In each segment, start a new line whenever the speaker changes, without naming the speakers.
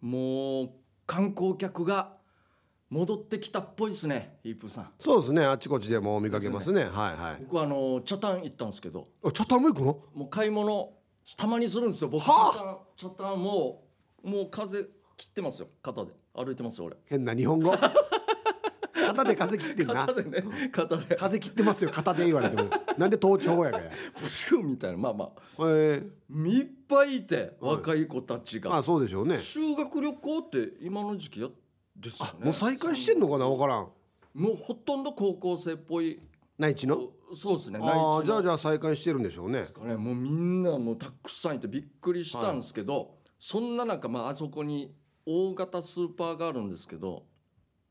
もう観光客が戻ってきたっぽいですねイープンさん
そうですねあちこちでも見かけますねはいはい
僕はあの茶炭行ったんですけど
あチャタンも行くの
もう買い物たまにするんですよ僕茶
はあ
炭茶炭もうもう風切ってますよ肩で歩いてますよ俺
変な日本語 肩で風切ってんな
肩でね肩で
風切ってますよ肩で言われてもなんで統治法やかや
プシューみたいなまあまあ
えー、
いっぱいいて
はい
若い子たち
ま
が
あそうでしょうね
修学旅行って今の時期やですよね
もう再開してんのかな分からん
もうほとんど高校生っぽい
内地の
そうですね内地
ああ
の
ーじゃあじゃあ再開してるんでしょうね
ですかねもうみんなもうたくさんいてびっくりしたんですけど、そんな中、まああそこに大型スーパーがあるんですけど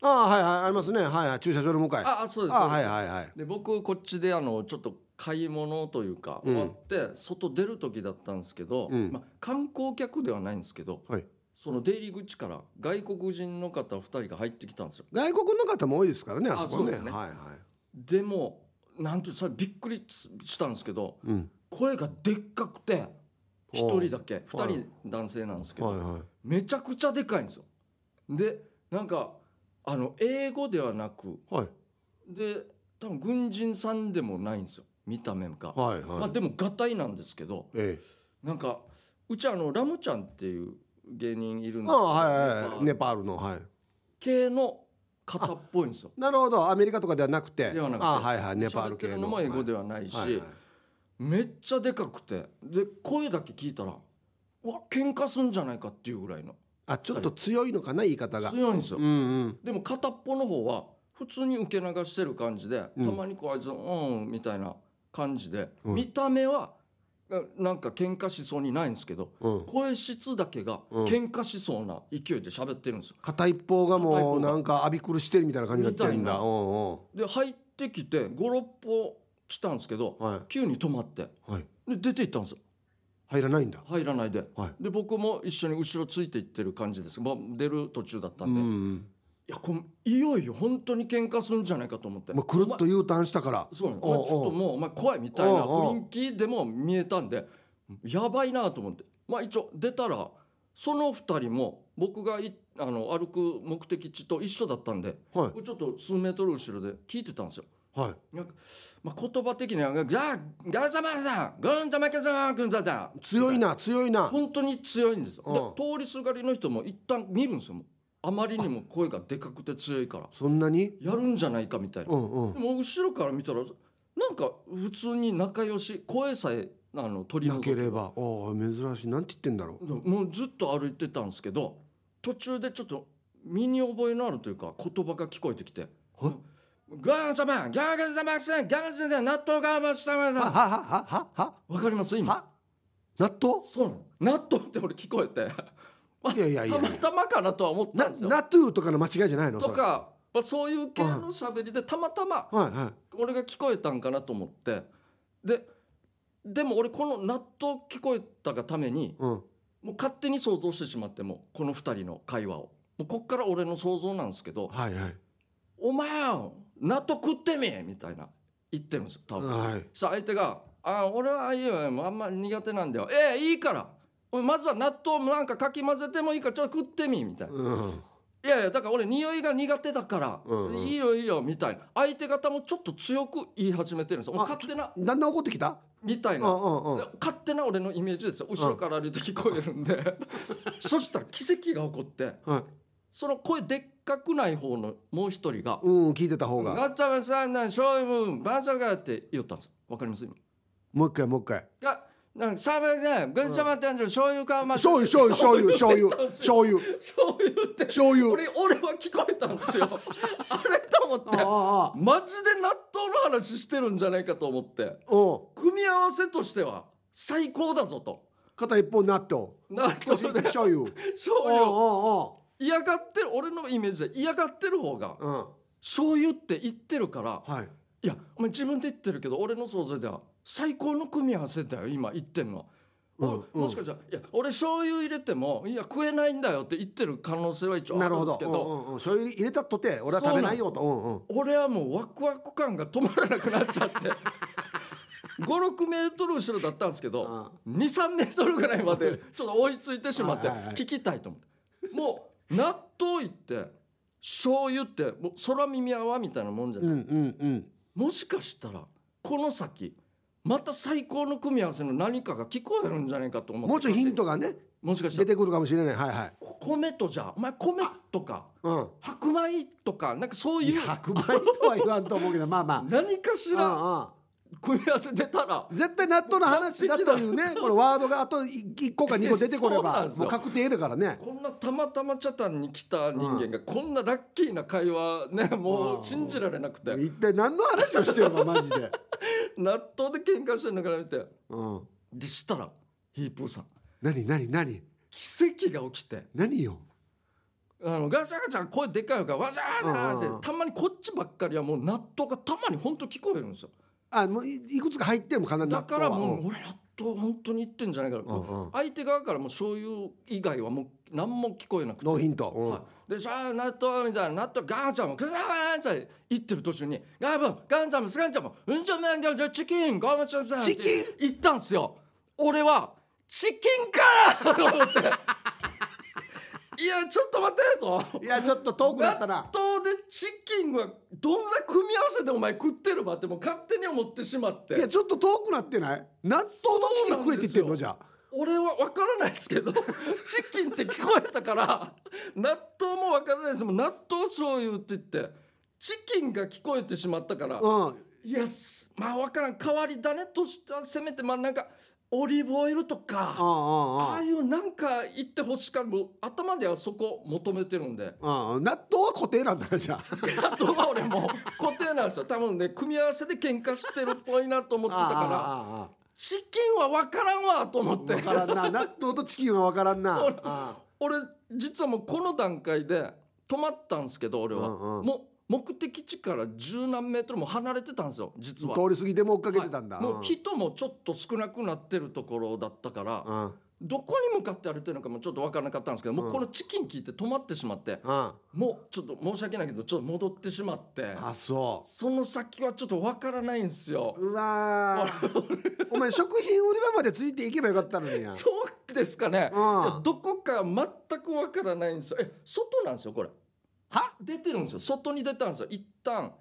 ああはいはいありますねはいはい駐車場の向かいあ
ああそうです
あ
そうです、
はいはいはい
で僕こっちであのちょっと買い物というか
うん
終わって外出る時だったんですけど、
うん
まあ、観光客ではないんですけど、
はい
その出入り口から外国人の方2人が入ってきたんですよ
外国の方も多いですからねあそこ
あそう
ね
ですね
はいはい
でもなんていうそれびっくりしたんですけど
うん
声がでっかくて1人だけ
はい
2人男性なんですけど、
はいはい
めちゃくちゃでかいんですよでなんかあの英語ではなく
はい
で多分軍人さんでもないんですよ見た目が、
はい
ま
は
あ、
い
でもがたいなんですけど
ええ
なんかうちあのラムちゃんっていう芸人いるんですけ
ああ
ど
はいはいはい
ネ
ネ
パール
パールのはい
系の方っぽいんですよ
なるほどアメリカとかではなくて
ではなくて
ああはいはいネパール系
喋って
の
るのも英語ではないし、
はいはいはい
めっちゃでかくてで声だけ聞いたらうわ喧嘩すんじゃないかっていうぐらいの
あちょっと強いのかな言い方が
強いんですよ
うんうん
でも片っぽの方は普通に受け流してる感じで、
うん
たまにこうあいつうんみたいな感じで、
うん
見た目はななんか喧嘩しそうにないんですけど
うん
声質だけが
うん
喧嘩しそうな勢いで喋ってるんですよ。
片一方が
片一
も
方
う
が
なんか浴び苦してるみたいな感じになってん
みたい
だ
な
うんうん
で入ってきて56歩来たんですけど、
は
急に止まって
いはい
で出て行ったんですよ
入らないんだ
入らないで。
はい
で僕も一緒に後ろついていってる感じです、まあ、出る途中だった
うん
で、い
ん
やこれいよいよ本当に喧嘩するんじゃないかと思って、
まあくるっと U ターンしたから
そうなの
おう
お前ちょっともうお前怖いみたいな
おうおう
雰囲気でも見えたんでやばいなと思ってまあ一応出たらその2人も僕がいあの歩く目的地と一緒だったんで
はい
僕ちょっと数メートル後ろで聞いてたんですよ。
はい
なんかまあ、言葉的には「じゃあガンザマさんガンザマケザマ君だだ」
強いな強いな
本当に強いんですよ。で
う
通りすがりの人も一旦見るんですよもうあまりにも声がでかくて強いから
そんなに
やるんじゃないかみたいな。
うんうん
でも後ろから見たらなんか普通に仲良し声さえあの取り
な
除
け
け
ればお珍しいなんて言ってんだろ
もうずっと歩いてたんですけど途中でちょっと身に覚えのあるというか言葉が聞こえてきて
うは
「ガーザマンガーガーザマンセンガーザマン納豆ガーマンスタマン
はは
わ
ははは
かります今
は納豆
そうなの納豆って俺聞こえてまあ
いやいやいや
たまたまかなとは思った
なん
ですよ
ナトゥーとかの間違いじゃないの
と
それ
か、まあ、そういう系の喋りでたまたま
はいはい
俺が聞こえたんかなと思ってででも俺この納豆聞こえたがために
うん
もう勝手に想像してしまってもうこの2人の会話をもうこっから俺の想像なんですけど
はいはい
「お前納豆食ってみ!」みたいな言ってるんですよ多分。
はい
さあ相手が「あ俺はああいうのあんまり苦手なんだよええいいからおいまずは納豆なんかかき混ぜてもいいからちょっと食ってみ」みたいな
うん
いやいやだから俺匂いが苦手だから、
うんうん
いいよいいよみたいな相手方もちょっと強く言い始めてるんですよもう
あ
勝手な
だんだん怒ってきた
みた
う
い
ん
な、
うんうん
で勝手な俺のイメージですよ後ろから歩いて聞こえるんで、 そしたら奇跡が起こって
はい
その声でっかくない方のもう一人が
うん聞いて
「
た方が
ガッチャガチャなんしょいぶんバンザガ」って言ったんですよわかります今
もう一回もう一回
がなんかサーバーでグッチャマってんじゃ醤油かま
醤油醤油醤油醤 油醤油
醤油って
醤油
俺俺は聞こえたんですよあれと思って
あああ
マジで納豆の話してるんじゃないかと思って
あうん
組み合わせとしては最高だぞと
片一方納豆
納豆で
醤油
醤
お
油
お
嫌がってる俺のイメージで嫌がってる方が
おうん
醤油って言ってるから
はい
いやお前自分で言ってるけど俺の想像では最高の組み合わせだよ今言ってんの。
うん
お
うん
もしかしたら「いや俺醤油入れてもいや食えないんだよ」って言ってる可能性は一応あ
なる
るん
ほ
で
ど
すけど
うんうんうん醤油入れたとて俺は食べないよとうんうん
俺はもうワクワク感が止まらなくなっ ちゃって56メートル後ろだったんですけど23メートルぐらいまでちょっと追いついてしまって
はいはいはい
聞きたいと思ってもう納豆いって醤油ってもう空耳泡みたいなもんじゃ
う
なんいですか、
うん
もしかしたらこの先また最高の組み合わせの何かが聞こえるんじゃないかと思
う
っ
ん。
て
もうちょいヒントがね
もしかした
出
ら
てくるかもしれない。はいはい。
こ米とじゃあお前米とか
うん。
白米とかなんかそういう
白米とは言わんと思うけど、まあま
何かし
あ。
ら
うんうん。
組み合わせ出たら
絶対納豆の話だというね、このワードがあと一個か二個出てこれ
そうなん
ば
で、すよ
もう確定だからね。
こんなたまたまチャタンに来た人間がこんなラッキーな会話ねも
うん
う信じられなくて
一体何の話をしてるのかマジ で。
納豆で喧嘩してるのから見て
うん。
でしたらヒープーさん
何何何
奇跡が起きて
何よ。
あのガチャガチャ声でかいからわしゃー
うんうん
っ
うん
てたまにこっちばっかりはもう納豆がたまに本当聞こえるんですよ
あもういいくつか入ってるもん必ず
だ
納
か
豆は
らもう俺納豆本当に言ってんじゃないか
うん
ら
うん
相手側からもう醤油以外はもう何も聞こえなくて
ノーヒント。うん
はい、でしゃあ納豆みたいな納豆ガンちゃんもクザーンちゃん言ってる途中にガブンガンちゃんもスガンちゃんもうんちゃめんじゃんじゃチキンガンちゃんさん
チキン
って言ったんすよ俺はチキンかーと思っていやちょっと待てと
いやちょっと遠くなったな
納。豆でチキンはどんな組み合わせでお前食ってるばってもう勝手に思ってしまっ
いや
て
ちょっと遠くなってない。納豆とチキン食えって言ってんのじゃあ。
俺は分からないですけど チキンって聞こえたから納豆も分からないですもう納豆醤油って言ってチキンが聞こえてしまったから
うん。
いやすまあ分からん代わり種としてはせめてまあなんかオリーブオイルと
うんう
か
んうん
ああいうなんか言ってほしかもう頭ではそこ求めてるんで。
うん。納豆は固定なんだなじゃあ。
あとは俺もう固定なんですよ多分ね組み合わせで喧嘩してるっぽいなと思ってたから
ああああああ
チキンは分からんわと思って
わからんな納豆とチキンはわからんな
そう
あ
俺実はもうこの段階で止まったんですけど俺は、
うんうん
もう目的地から十何メートルも離れてたんですよ実は。
通り過ぎても追っかけてたんだ、
はいもう
う
人もちょっと少なくなってるところだったから、
んうん
どこに向かって歩いてるのかもちょっと分からなかったんですけど、もうこのチキン聞いて止まってしまって
あ
もうちょっと申し訳ないけどちょっと戻ってしまって
そ
その先はちょっと分からないんですよ
う。うわーお前食品売り場までついていけばよかったのに や
そうですかね、
うん
いやどこか全くわからないんですよえ外なんですよこれは出てるんですよ外に出たんですよ一旦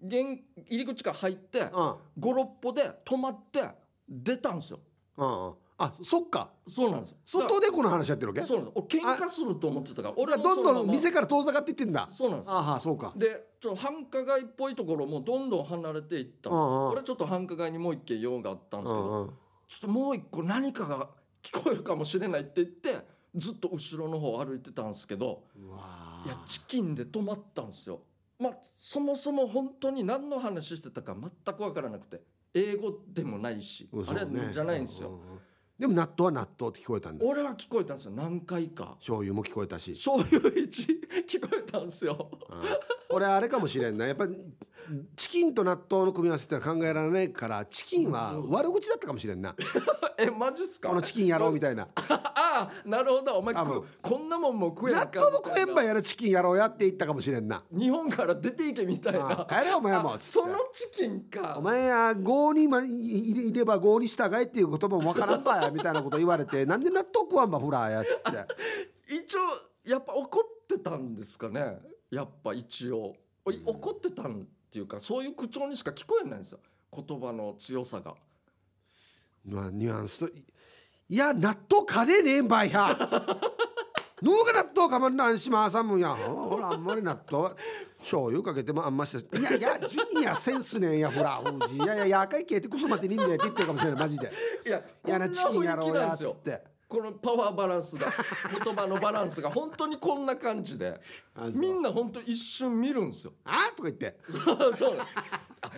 玄入り口から入って
うんうん
56歩で止まって出たんですよ
うんあそっか
そうなんですよ
外でこの話やってるわけ
だからそうなんです俺喧嘩すると思ってたから
俺
俺
は
も
どん
そのま
どん
ま
店から遠ざかっていってんだ
そうなんですよ
ああそうか
でちょっと繁華街っぽいところもどんどん離れていったんです
うんうん
よ俺ちょっと繁華街にもう一軒用があったんですけど
うんうん
ちょっともう一個何かが聞こえるかもしれないって言ってずっと後ろの方歩いてたんですけど
うわ
い
ー
やチキンで止まったんですよ。まあそもそも本当に何の話してたか全く分からなくて英語でもないし、
うん
あ
そう
れ
ね
じゃないんですよ。
うううんでも納豆は納豆って聞こえたんだ
俺は聞こえたんですよ何回か
醤油も聞こえたし
醤油一 聞こえたんですよ。
うん俺あれかもしれんなやっぱチキンと納豆の組み合わせってのは考えられないからチキンは悪口だったかもしれんな
えマジっすか
このチキンやろうみ
たい
たいな
な。 ああなるほどお前
多分
ここんなもんもう食えな
納
いか
豆も食えんば
み
やるチキンやろうやって言ったかもしれん な
たいな日本から出ていけみたい
あ
な。
帰れよお前も
あ
つって
そのチキンか
お前や郷にまいいいれば郷に従えっていう言葉もわからんばやみたいなこと言われて なんで納豆食わんばフラーやっつって
一応やっぱ怒ってたんですかねやっぱ一応、おい怒ってたんっていうかそういう口調にしか聞こえないんですよ言葉の強さが
まあニュアンスといいや納豆カレーねえんば いや脳が納豆かまんなんしまあさんもんやほらあんまり納豆は醤油かけてもあんましいやいやジニアセンスねんやほらおじいやいややかいけってこそ待ってにんだよって言ってるかもしれないマジで
いや
いやなチキンやろ
こ
う
んな雰囲気なん
や
です
っつっ
よ
て
このパワーバランスが言葉のバランスが本当にこんな感じで
あそう
みんな本当一瞬見るんですよ
あとか言って
そうそうあ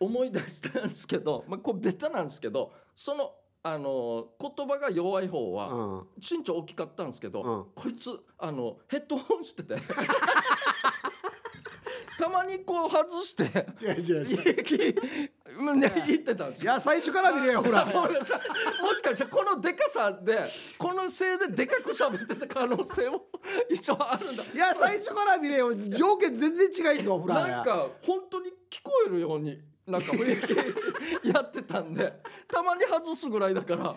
思い出したんですけど、まあ、これベタなんですけどその、あの言葉が弱い方は、
うん
身長大きかったんですけど、
うん
こいつあのヘッドホンしてて たまにこう外して
違う違う違う
言ってたんです
い
よ。
や最初から見れよほ ら
ほらさもしかしてこのでかさでこのせいででかく喋ってた可能性も一応あるんだ
いや最初から見れよ条件全然違いんだよほら
なんか本当に聞こえるようになんか雰囲気やってたん でたまに外すぐらいだから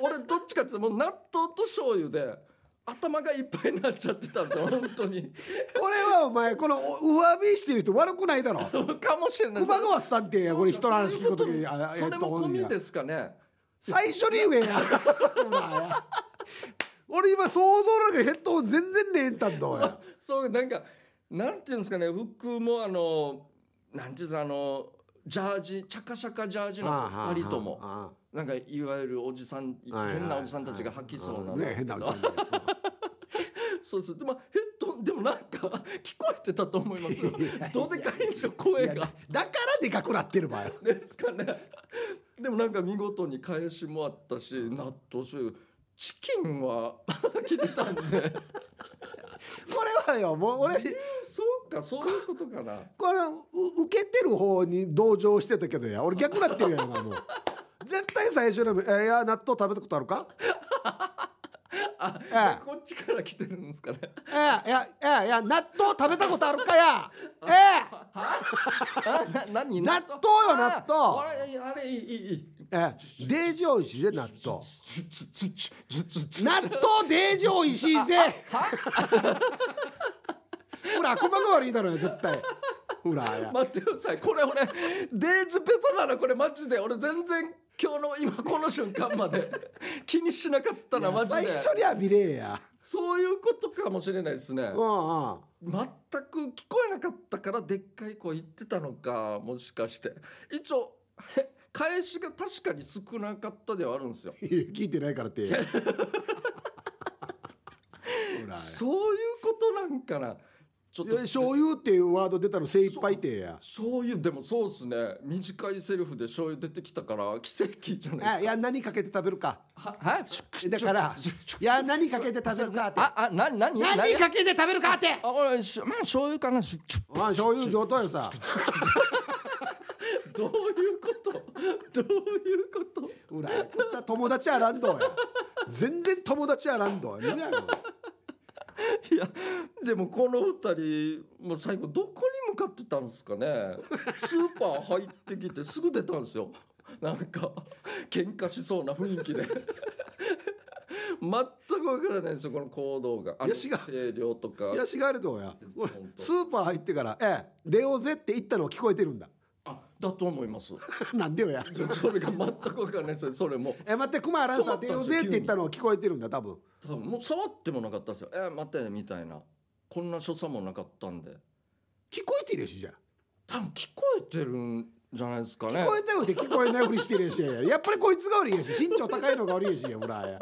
俺どっちかっていうともう納豆と醤油で頭がいっぱいになっちゃってたんですよ本当に
これはお前この上火してる人悪くない だろ
かもしれない
熊川さんって
そう
これ人の話聞くとき
そういう
に
こと
あ
それも込みですかね
最初に言 えやお前俺今想像なんかヘッドホン全然ねえんたんだおい
そうなんかなんていうんですかね服もあのなんていうんですかあのジャージチャカチャカジャージなんですよ二人とも
も
なんかいわゆるおじさん変なおじさんたちが吐きそうな
ね変なおじさんだよ
そうそうでもヘッドでもなんか聞こえてたと思いますよどうでかいんですよ声
いやだ
が
からでかくなってる場合
ですかねでもなんか見事に返しもあったし納豆醤油チキンは来てたんで
これはよもう俺
そうかそういうことかな
これう受けてる方に同情してたけどや俺逆なってるやん 今もう絶対最初に「えいや納豆食べたことあるか?
あ」
ええ
こっちから来てるんですかね
ええいやいやいや納豆食べたことあるかやえ
あな何
納豆よ納
あ
豆
あれあれいいいいいい
ええデージ美味しいぜ納豆
つつつつつつつ
納豆デージ美味しい ぜほら細か悪いだろよ絶対ほらや
待ってくださいこ れ俺デージベタだなこれマジで俺全然今日の今この瞬間ま で気にしなかったなマジで
最初には見れえや
そういうことかもしれないですね
うんうん
全く聞こえなかったからでっかい声言ってたのかもしかして一応へ返しが確かに少なかったではあるんですよ
いや 聞いてないから って。ほら
そういうことなんかなちょっ
い
と
や醤油っていうワード出たの精一杯ってや。
醤油でもそうですね短いセリフで醤油出てきたから奇跡じゃない
あいや何かけて食べるか。
はは
だからいや何かけて食べるかって。
ああなになにな
何
に
かけて食べるかって。
あ俺しまあ醤油かなしちょ
あ醤油上等よさ。
どういうことどういうこと
ほらこんな友達あらんどや。全然友達あらんどや。ね
いやでもこの二人もう最後どこに向かってたんですかねスーパー入ってきてすぐ出たんですよなんか喧嘩しそうな雰囲気で全くわからないですよこの行動があの
いや違う
声量とか
癒しがあれどうや。
本当
スーパー入ってからええレオゼって言ったの聞こえてるんだ。
あだと思います
なんでよや。
それが全くわからないですよそれも
え待ってクマアランサーレオゼって言ったの聞こえてるんだ多分。
多分もう触ってもなかったですよ「えー待って」みたいなこんな所作もなかったんで
聞こえてるやしじゃあ。
多分聞こえてるんじゃないですかね
聞こえたよって聞こえないふりしてるやしやっぱりこいつが悪いやし身長高いのが悪いやしほらや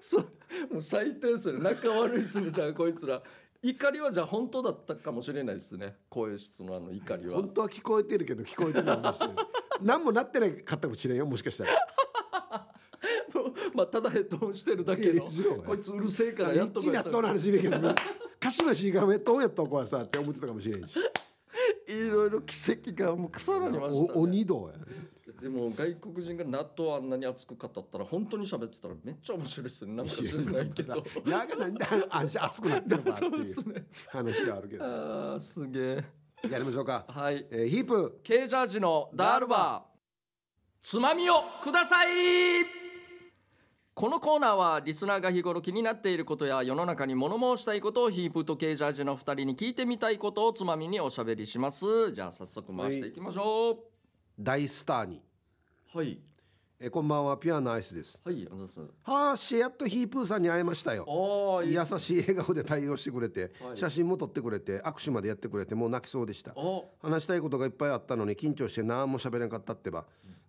そうもう最低ですね仲悪いですねじゃあこいつら怒りはじゃあ本当だったかもしれないですね声質のあの怒りは
本当は聞こえてるけど聞こえてないふりしてる何もなってないかったかもしれんよもしかしたら
まあただヘッドホンしてるだけの
いやいや
こいつうるせえからやっと
一
こい
納
つ
豆の話見えけど鹿島市からもやっとんやっとこうやさって思ってたかもしれんし
いろいろ奇跡がもう重なりました、
お
ね、
鬼道や
でも外国人が納豆あんなに熱く語ったら本当に喋ってたらめっちゃ面白いですねなんか知らないけど
やがなんであんし熱くなってるのかって
そうで
いう
すね
話があるけど
あーすげえ
やりましょうか、
はい
えーヒープ
ケージャージのダールバーつまみをくださいこのコーナーはリスナーが日頃気になっていることや世の中に物申したいことをヒープとケージャージの2人に聞いてみたいことをつまみにおしゃべりしますじゃあ早速回していきましょ
大スターに、
うはい
えーこんばんはピュアなアイスです
はいあざっす
はあしやっとヒープーさんに会えましたよ
ああいいっす
優しい笑顔で対応してくれて、
はい
写真も撮ってくれて握手までやってくれてもう泣きそうでした
あ
話したいことがいっぱいあったのに緊張して何も喋れなかったってば、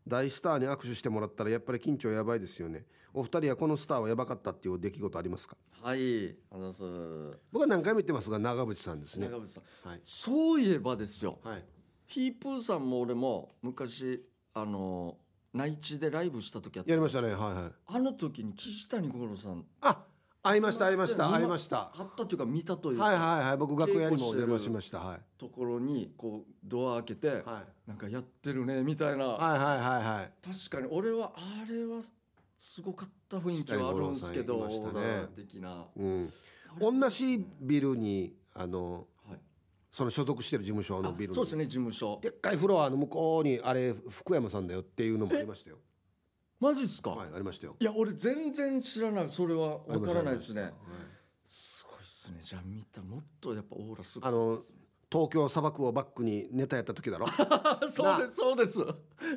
大スターに握手してもらったらやっぱり緊張やばいですよねお二人はこのスターはやばかったっていう出来事ありますか
はいあざっす
僕は何回も言ってますが長渕さんですね
長渕さん、
はい
そういえばですよ
はい
ヒープーさんも俺も昔あの内地でライブした時あった
やりましたねはいはい
あの時に岸谷五郎さん
あ会いました会いました
見
会いましたは
あったというか見たという
い
か
はいはい僕楽屋にもお邪魔しましたはい
ところにこうドア開けて、
はい
なんかやってるねみたいな、
はいはいはいはい
確かに俺はあれはすごかった雰囲気はあるんですけど、
岸谷五郎さんいましたね
オーラ的な、は
うん同じビルにあの
い、
その所属してる事務所の
あ
ビルに
そうですね事務所
でっかいフロアの向こうにあれ福山さんだよっていうのもありましたよ。
マジっすか、
はい、ありましたよ。
いや俺全然知らないそれは
あり
分
ま
か
した
らないですね。すごいっすねじゃあ見たもっとやっぱオーラすごい
あの東京砂漠をバックにネタやった時だろ
そうですそうです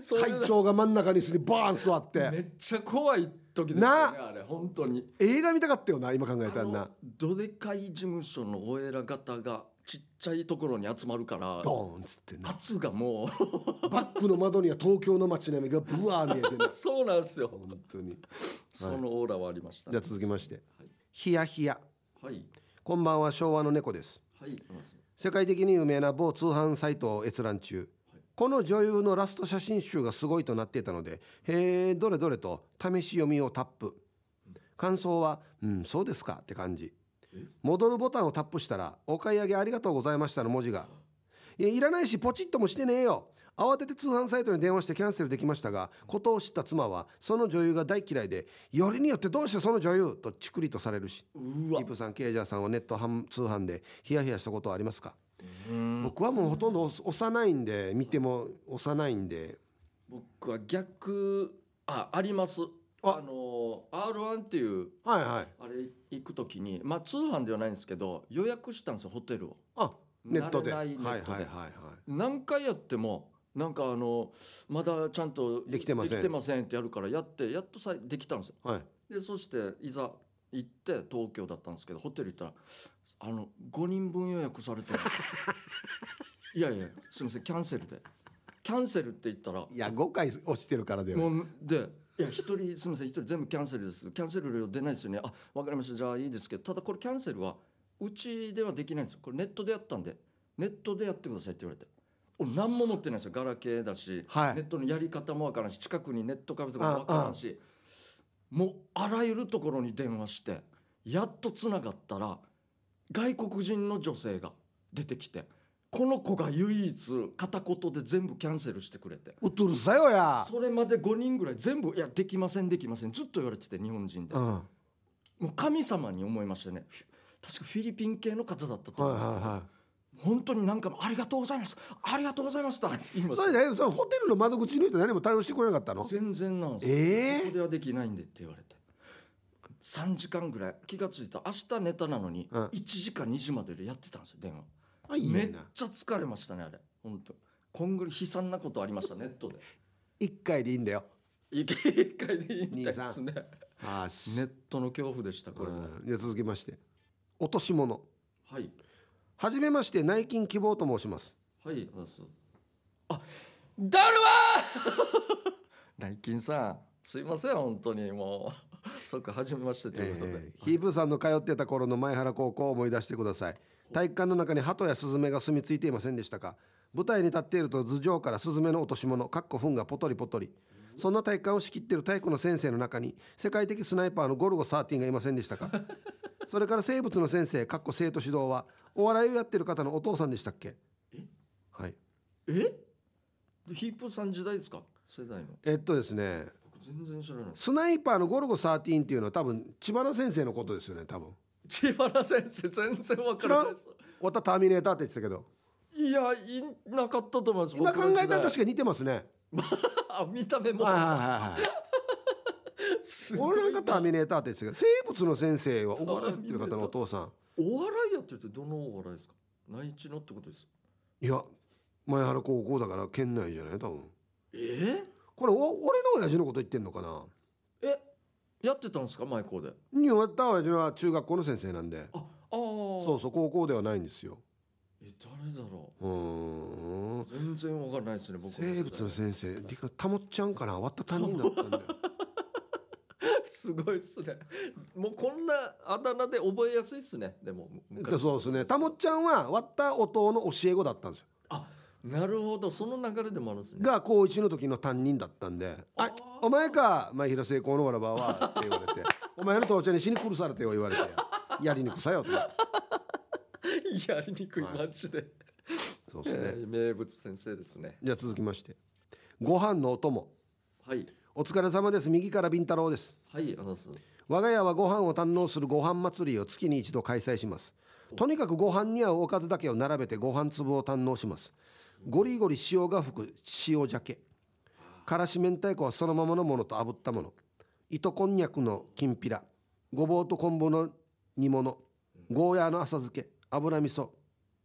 そう
会
いう
長が真ん中にすにバーン座って、
めっちゃ怖い時ですよねあれ本当に
映画見たかったよな今考えた
あ
ら
の
な
どでかい事務所のお偉方がちっちゃいところに集まるから
ドーンっつってな
圧がも
バックの窓には東京の街並みがブワー見えて な
う そうなんですよ
本当に
そのオーラはありました
じゃ
ね
あ続きまして
はい
ヒヤヒヤ
はい
こんばんは昭和の猫です
はいなんですよ
世界的に有名な某通販サイトを閲覧中この女優のラスト写真集がすごいとなっていたので「へえどれどれ」と試し読みをタップ感想は「うんそうですか」って感じ
え
戻るボタンをタップしたら「お買い上げありがとうございました」の文字が「いやいらないしポチッともしてねえよ」慌てて通販サイトに電話してキャンセルできましたがことを知った妻はその女優が大嫌いで「よりによってどうしてその女優?」とチクリとされるし
うわ
キープさんケイジャーさんはネット販通販でヒヤヒヤしたことはありますか
うん
僕はもうほとんど押押さないんで見ても押さないんで
僕は逆ああります
あ
あの R1 っていう
はいはい
あれ行く時にまあ通販ではないんですけど予約したんですよホテルを
あネットで
慣れないネ
はい
ット
はいはい
で
はい
何回やってもなんかあのまだちゃんと
できてません
できてませんってやるからやってやっとさできたんですよ
はい
でそしていざ行って東京だったんですけどホテル行ったらあの5人分予約さ れてるいやいやすみませんキャンセルでキャンセルって言ったら
いや5回落ちてるからだよ
もうでいや一人すみません一人全部キャンセルですキャンセル料出ないですよねあわかりましたじゃあいいですけどただこれキャンセルはうちではできないんですよこれネットでやったんでネットでやってくださいって言われて俺何も持ってないんですよガラケーだし、
は
ネ
い
ットのやり方もわからんし近くにネットカフェとかもわからんしもうあらゆるところに電話してやっとつながったら外国人の女性が出てきてこの子が唯一片言で全部キャンセルしてくれて
うっとるさよや
それまで5人ぐらい全部「いやできませんできません」ずっと言われてて日本人で
うんは
もう神様に思いましたねフィ確かフィリピン系の方だったと
いは
思うんですけど、
いは
本当になんかもう「ありがとうございますありがとうございました」って言い
い
ま
それ
し
でそのホテルの窓口の人何も対応してくれなかった
た
の
全然なんですよ
え
そこ
え
ではできないんでって言われて3時間ぐらい気が付いた明日ネタなのに
うん
1時間2時まででやってたんですよ電話
あいい
め
ね
っちゃ疲れましたねあれ本当今後悲惨なことありましたネットで
1回でいいんだよ
一回一回でいいみたいですね
あーし
ネットの恐怖でしたこれは、
うんじゃあ続きまして落とし物
はい
はじめまして内勤希望と申します
はい、あそう。あ、だるわー。 内勤さん、すいません本当にもう、 そっか初めましてということで。
えーヒープーさんの通ってた頃の前原高校を思い出してください体育館の中に鳩やスズメが住み着いていませんでしたか舞台に立っていると頭上からスズメの落とし物かっこ糞がポトリポトリそんな体育館を仕切っている体育の先生の中に世界的スナイパーのゴルゴ13がいませんでしたかそれから生物の先生かっこ生徒指導はお笑いをやってる方のお父さんでしたっけ
え
はい
えでヒップさん時代ですか？世代の。
えっとですね
僕全然知らないです。
スナイパーのゴルゴ13っていうのは多分千葉の先生のことですよね多分
千原先生全然わからないです。
またターミネーターって言ってたけど
いや、いなかったと思います。
今考えたら確
か
かに似てますね。
あ、見た目も。
はいはいはいはい。
すごい
俺なんかターミネーターって言ってたけど、生物の先生はお笑いやってる方のお父さん。
お笑いやってるってどのお笑いですか？内地のってことです。
いや、前原高校だから県内じゃない多分。
え
これお俺の親父のこと言ってんのかな。
え、やってたんですか前校で？
に終わった親父は中学校の先生なんで。
あ、ああ。そ
そうそう高校ではないんですよ。
え誰だろ
うーん
う。全然わかんないですね僕
生物の
世代
先生、理科たもっちゃんかな、終わった担任だったん だよ。
すごいっすねもうこんなあだ名で覚えやすいっすねでも昔
そうですね、たもっちゃんは終わった音の教え子だったんですよ。
なるほどその流れでもあるんですね
が高一の時の担任だったんで「
あー
あお前か前平成功のわらばは」って言われて 「お前の父ちゃんに死に殺されてよ」言われて「やりにくさよ」と
やりにくい
はい
マジで、
そうです
え
ね
ー名物先生ですね
じゃあ続きましてご飯のお供
はい
お疲れ様です右からビンタロウです
はいあざす
我が家はご飯を堪能するご飯祭りを月に一度開催しますとにかくご飯に合うおかずだけを並べてご飯粒を堪能しますゴリゴリ塩が吹く塩鮭からし明太子はそのままのものと炙ったもの糸こんにゃくのきんぴらごぼうと昆布の煮物ゴーヤーの浅漬け油味噌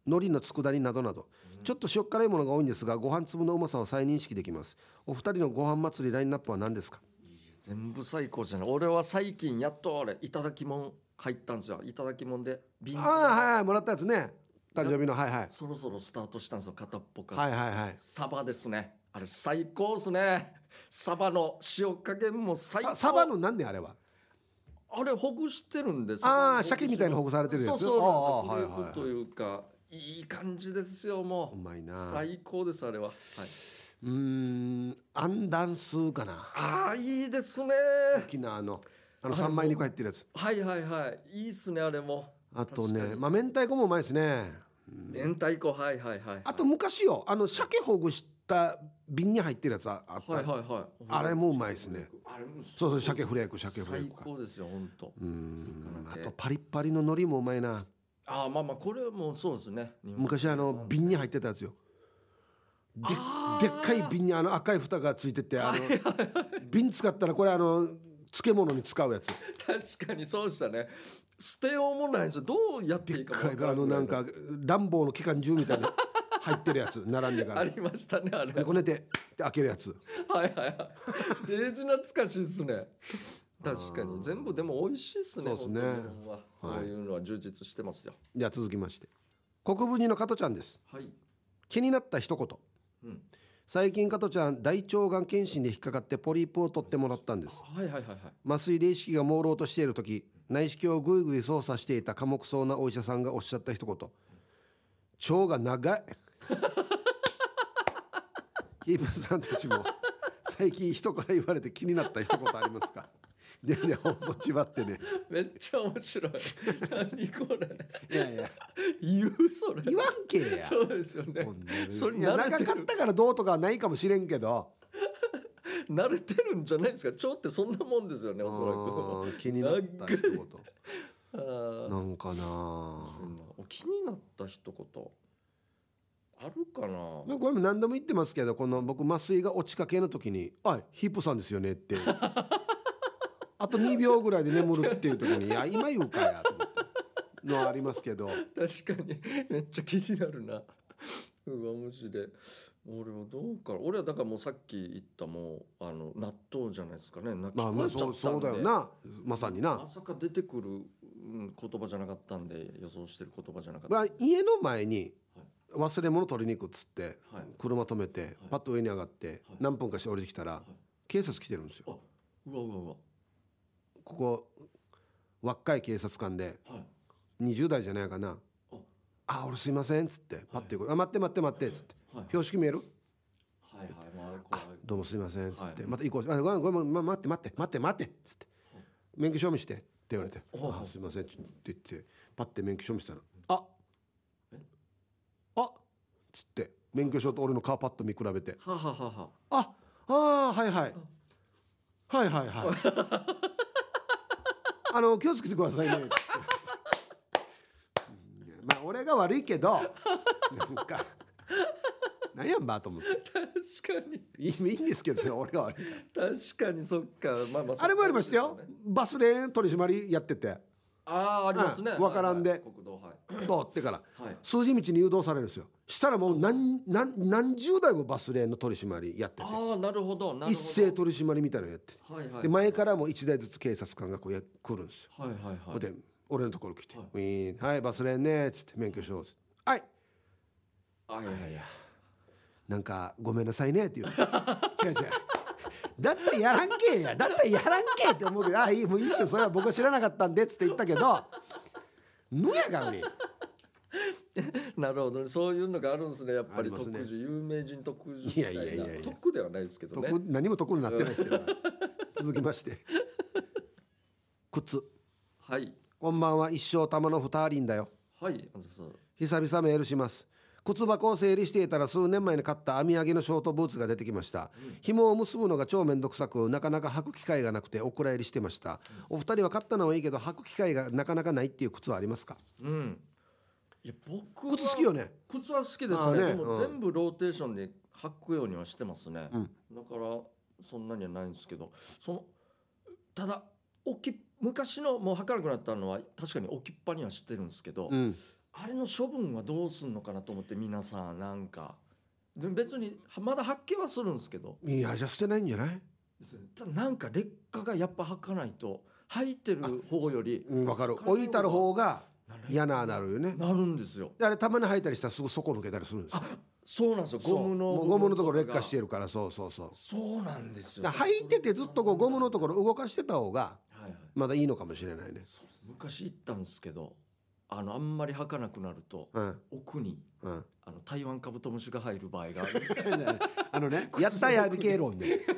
海苔の佃煮などなどちょっと塩辛いものが多いんですがご飯粒のうまさを再認識できますお二人のご飯祭りラインナップは何ですか
全部最高じゃない俺は最近やっと俺いただきもん入ったんですよいただきもんで瓶
あ
が
あはいはいもらったやつね誕生日のはいはい
そろそろスタートしたんですよ片っぽから、
はいはいはい
サバですねあれ最高ですねサバの塩加減も最
さ
高
サバのなんであれは
あれほぐしてるんです
あー鮭みたいにほぐされてるやつ
そうそうなんです
あー
よ
はいは
フ
いはい
ルーツというかいい感じですよも
う
う
まいな
最高ですあれは、はい、
うーんアンダンスーかな
ああいいですね
沖縄のあの三枚肉入ってるやつ
はいはいはいいいっすねあれも
あと
確
ね
かに
まあ明太子もうまいですね
明太子はいはいはいはい
あと昔よあの鮭ほぐした瓶に入ってるやつああった、
はいはいはい
あれもうまいっすね
あれも
そうそう鮭フレーク鮭フレ
最
ークか
高ですよ本当
うーんあ
魚系
とパリッパリの海苔もうまいな
ああまあまあこれもそうですね日本
昔あの瓶に入ってたやつよで
あー
でっかい瓶にあの赤い蓋がついててあの瓶使ったらこれあの漬物に使うやつ
確かにそうでしたね捨てようもないですよどうやっていいかも
あのなんか乱暴の機関銃みたいな入ってる やつ並んでか
あ
ら
りましたねあれ
で
はい
こねてで開けるやつ
はいはいデージ懐かしいですね確かに全部でも美味しいですね
そうっす
本
ね
当に日本はこ
はいう
いうのは充実してますよ
じゃあ続きまして国分寺の加トちゃんです
はい
気になった一言
うん
最近加トちゃん大腸がん検診で引っかかってポリープを取ってもらったんです
はいはいはいはい
麻酔で意識が朦朧としている時内視鏡をぐいぐい操作していた寡黙そうなお医者さんがおっしゃった一言「腸が長い」 ヒープさんたちも最近人から言われて気になった一言ありま すかでね放送ちばってね
めっちゃ面 白い何これ
いやいや
言うそれ
言わんけや
そうですよね
こんなの
それ
いや
慣れ
長
て
か
る
ったからどうとかはないかもしれんけど
慣れてるんじゃないですか腸ってそんなもんですよねおそ
うん気になった一言
らくあー
なんかな
そんなお気になった一言あるか
ま
な
あ、これも何度も言ってますけどこの僕麻酔が落ちかけの時に「あヒップさんですよね」って あと2秒ぐらいで眠るっていう時に「いや今言うかや」と思ってのはありますけど
確かに めっちゃ気になるなうわマジで俺はどうかな俺はだからもうさっき言ったもうあの納豆じゃないですかねな
まあまあ
聞こえちゃ
そ
ったんで
うそうだよなまさにな
ま、さか出てくる、うん、言葉じゃなかったんで予想してる言葉じゃなかった、
まあ、家の前に忘れ物取りに行くっつって
はい、
車止めてパッと上に上がって
はい
何分かして降りてきたら警察来てるんですよ。
うわうわうわ
ここ若い警察官で
はい
20代じゃないかな
あ
「あ俺すいません」っつってパッと行く「あ待って待って待って」っつって
はい
「標識見える?」
はいはいまあ
あ
怖い
どうもすいません」っつって、
はい
また行こうあごめんごめん、ま、待って待って待って待って」っつって
はい
「免許証見して」って言われて「
おお
あすいません」って言ってパッて免許証見せたら「あ
え
あっ」つって免許証と俺のカーパッド見比べて
はあはあはあはあ
「あああはいはいはいはいはい」 あの気をつけてくださいねって。いやまあ俺が悪いけどなんかなんやんばと思って
確かに
いいいいんですけどそれは俺が悪いから
確かにそっかまあまあ
あれもありましたよ
そうですね。
バスレーン取り締まりやってて、
ああありますね。
うんわからんで
はいはい国道はい。
通ってから、
はい
数字道に誘導されるんですよ。したらもう何、何、何十台もバスレーンの取り締まりやってて、
ああなるほどなるほど。
一斉取り締まりみたいなのやってて、
はいはい。
で、前からも一台ずつ警察官がこうや来るんですよ。
はいはいはい。
で、俺のところ来て、
はい
ウィーン、はい、バスレーンね、つって免許証、はい、
あいやいやいや。
なんかごめんなさい ねって言う。違う違う。だったらやらんけえや。だったらやらんけえって思うけど、あ、いい、もういいっすよ。それは僕は知らなかったんでっつって言ったけど。のやがうに。
なるほどねそういうのがあるんですねやっぱり
あります
特
ね
需有名人特需みた
いやいやいやいや
特ではないですけどね。
得何も得になってないですけど、 続きまして靴
はい
こんばんは一生玉の二輪だよ
はいあずさん。
久々メールします靴箱を整理していたら数年前に買った網上げのショートブーツが出てきました、紐を結ぶのが超めんどくさくなかなか履く機会がなくてお蔵入りしてました、お二人は買ったのはいいけど履く機会がなかなかないっていう靴はありますか
うん。いや僕は
靴好きよね
靴は好きで
あ
す
あ
ね
ね
でも
うん
全部ローテーションで履くようにはしてますね、
うん
だからそんなにはないんですけどそのただ置きっ昔のもう履かなくなったのは確かに置きっぱにはしてるんですけど、
うん
あれの処分はどうすんのかなと思って皆さんなんかで別にはまだ発見はするんですけど
いやじゃあ捨てないんじゃない
ただなんか劣化がやっぱ履かないと履いてる方より
うんわかる置いたる方が嫌なな
なる
るよね
なるんですよ
であれたまに履いたりしたらすぐ底抜けたりするんですよ
そうなんですよ
そう
ゴムの
もうゴムのところ劣化して
る
るからそうそうそう
そうなんですよ
だから履いててずっとこうゴムのところ動かしてた方が
はいはい
まだいいのかもしれないね
そう昔行ったんですけどあのあんまり履かなくなると
うん
奥に
うん
あの台湾カブトムシが入る場合がある
あの ねやったやびけろんで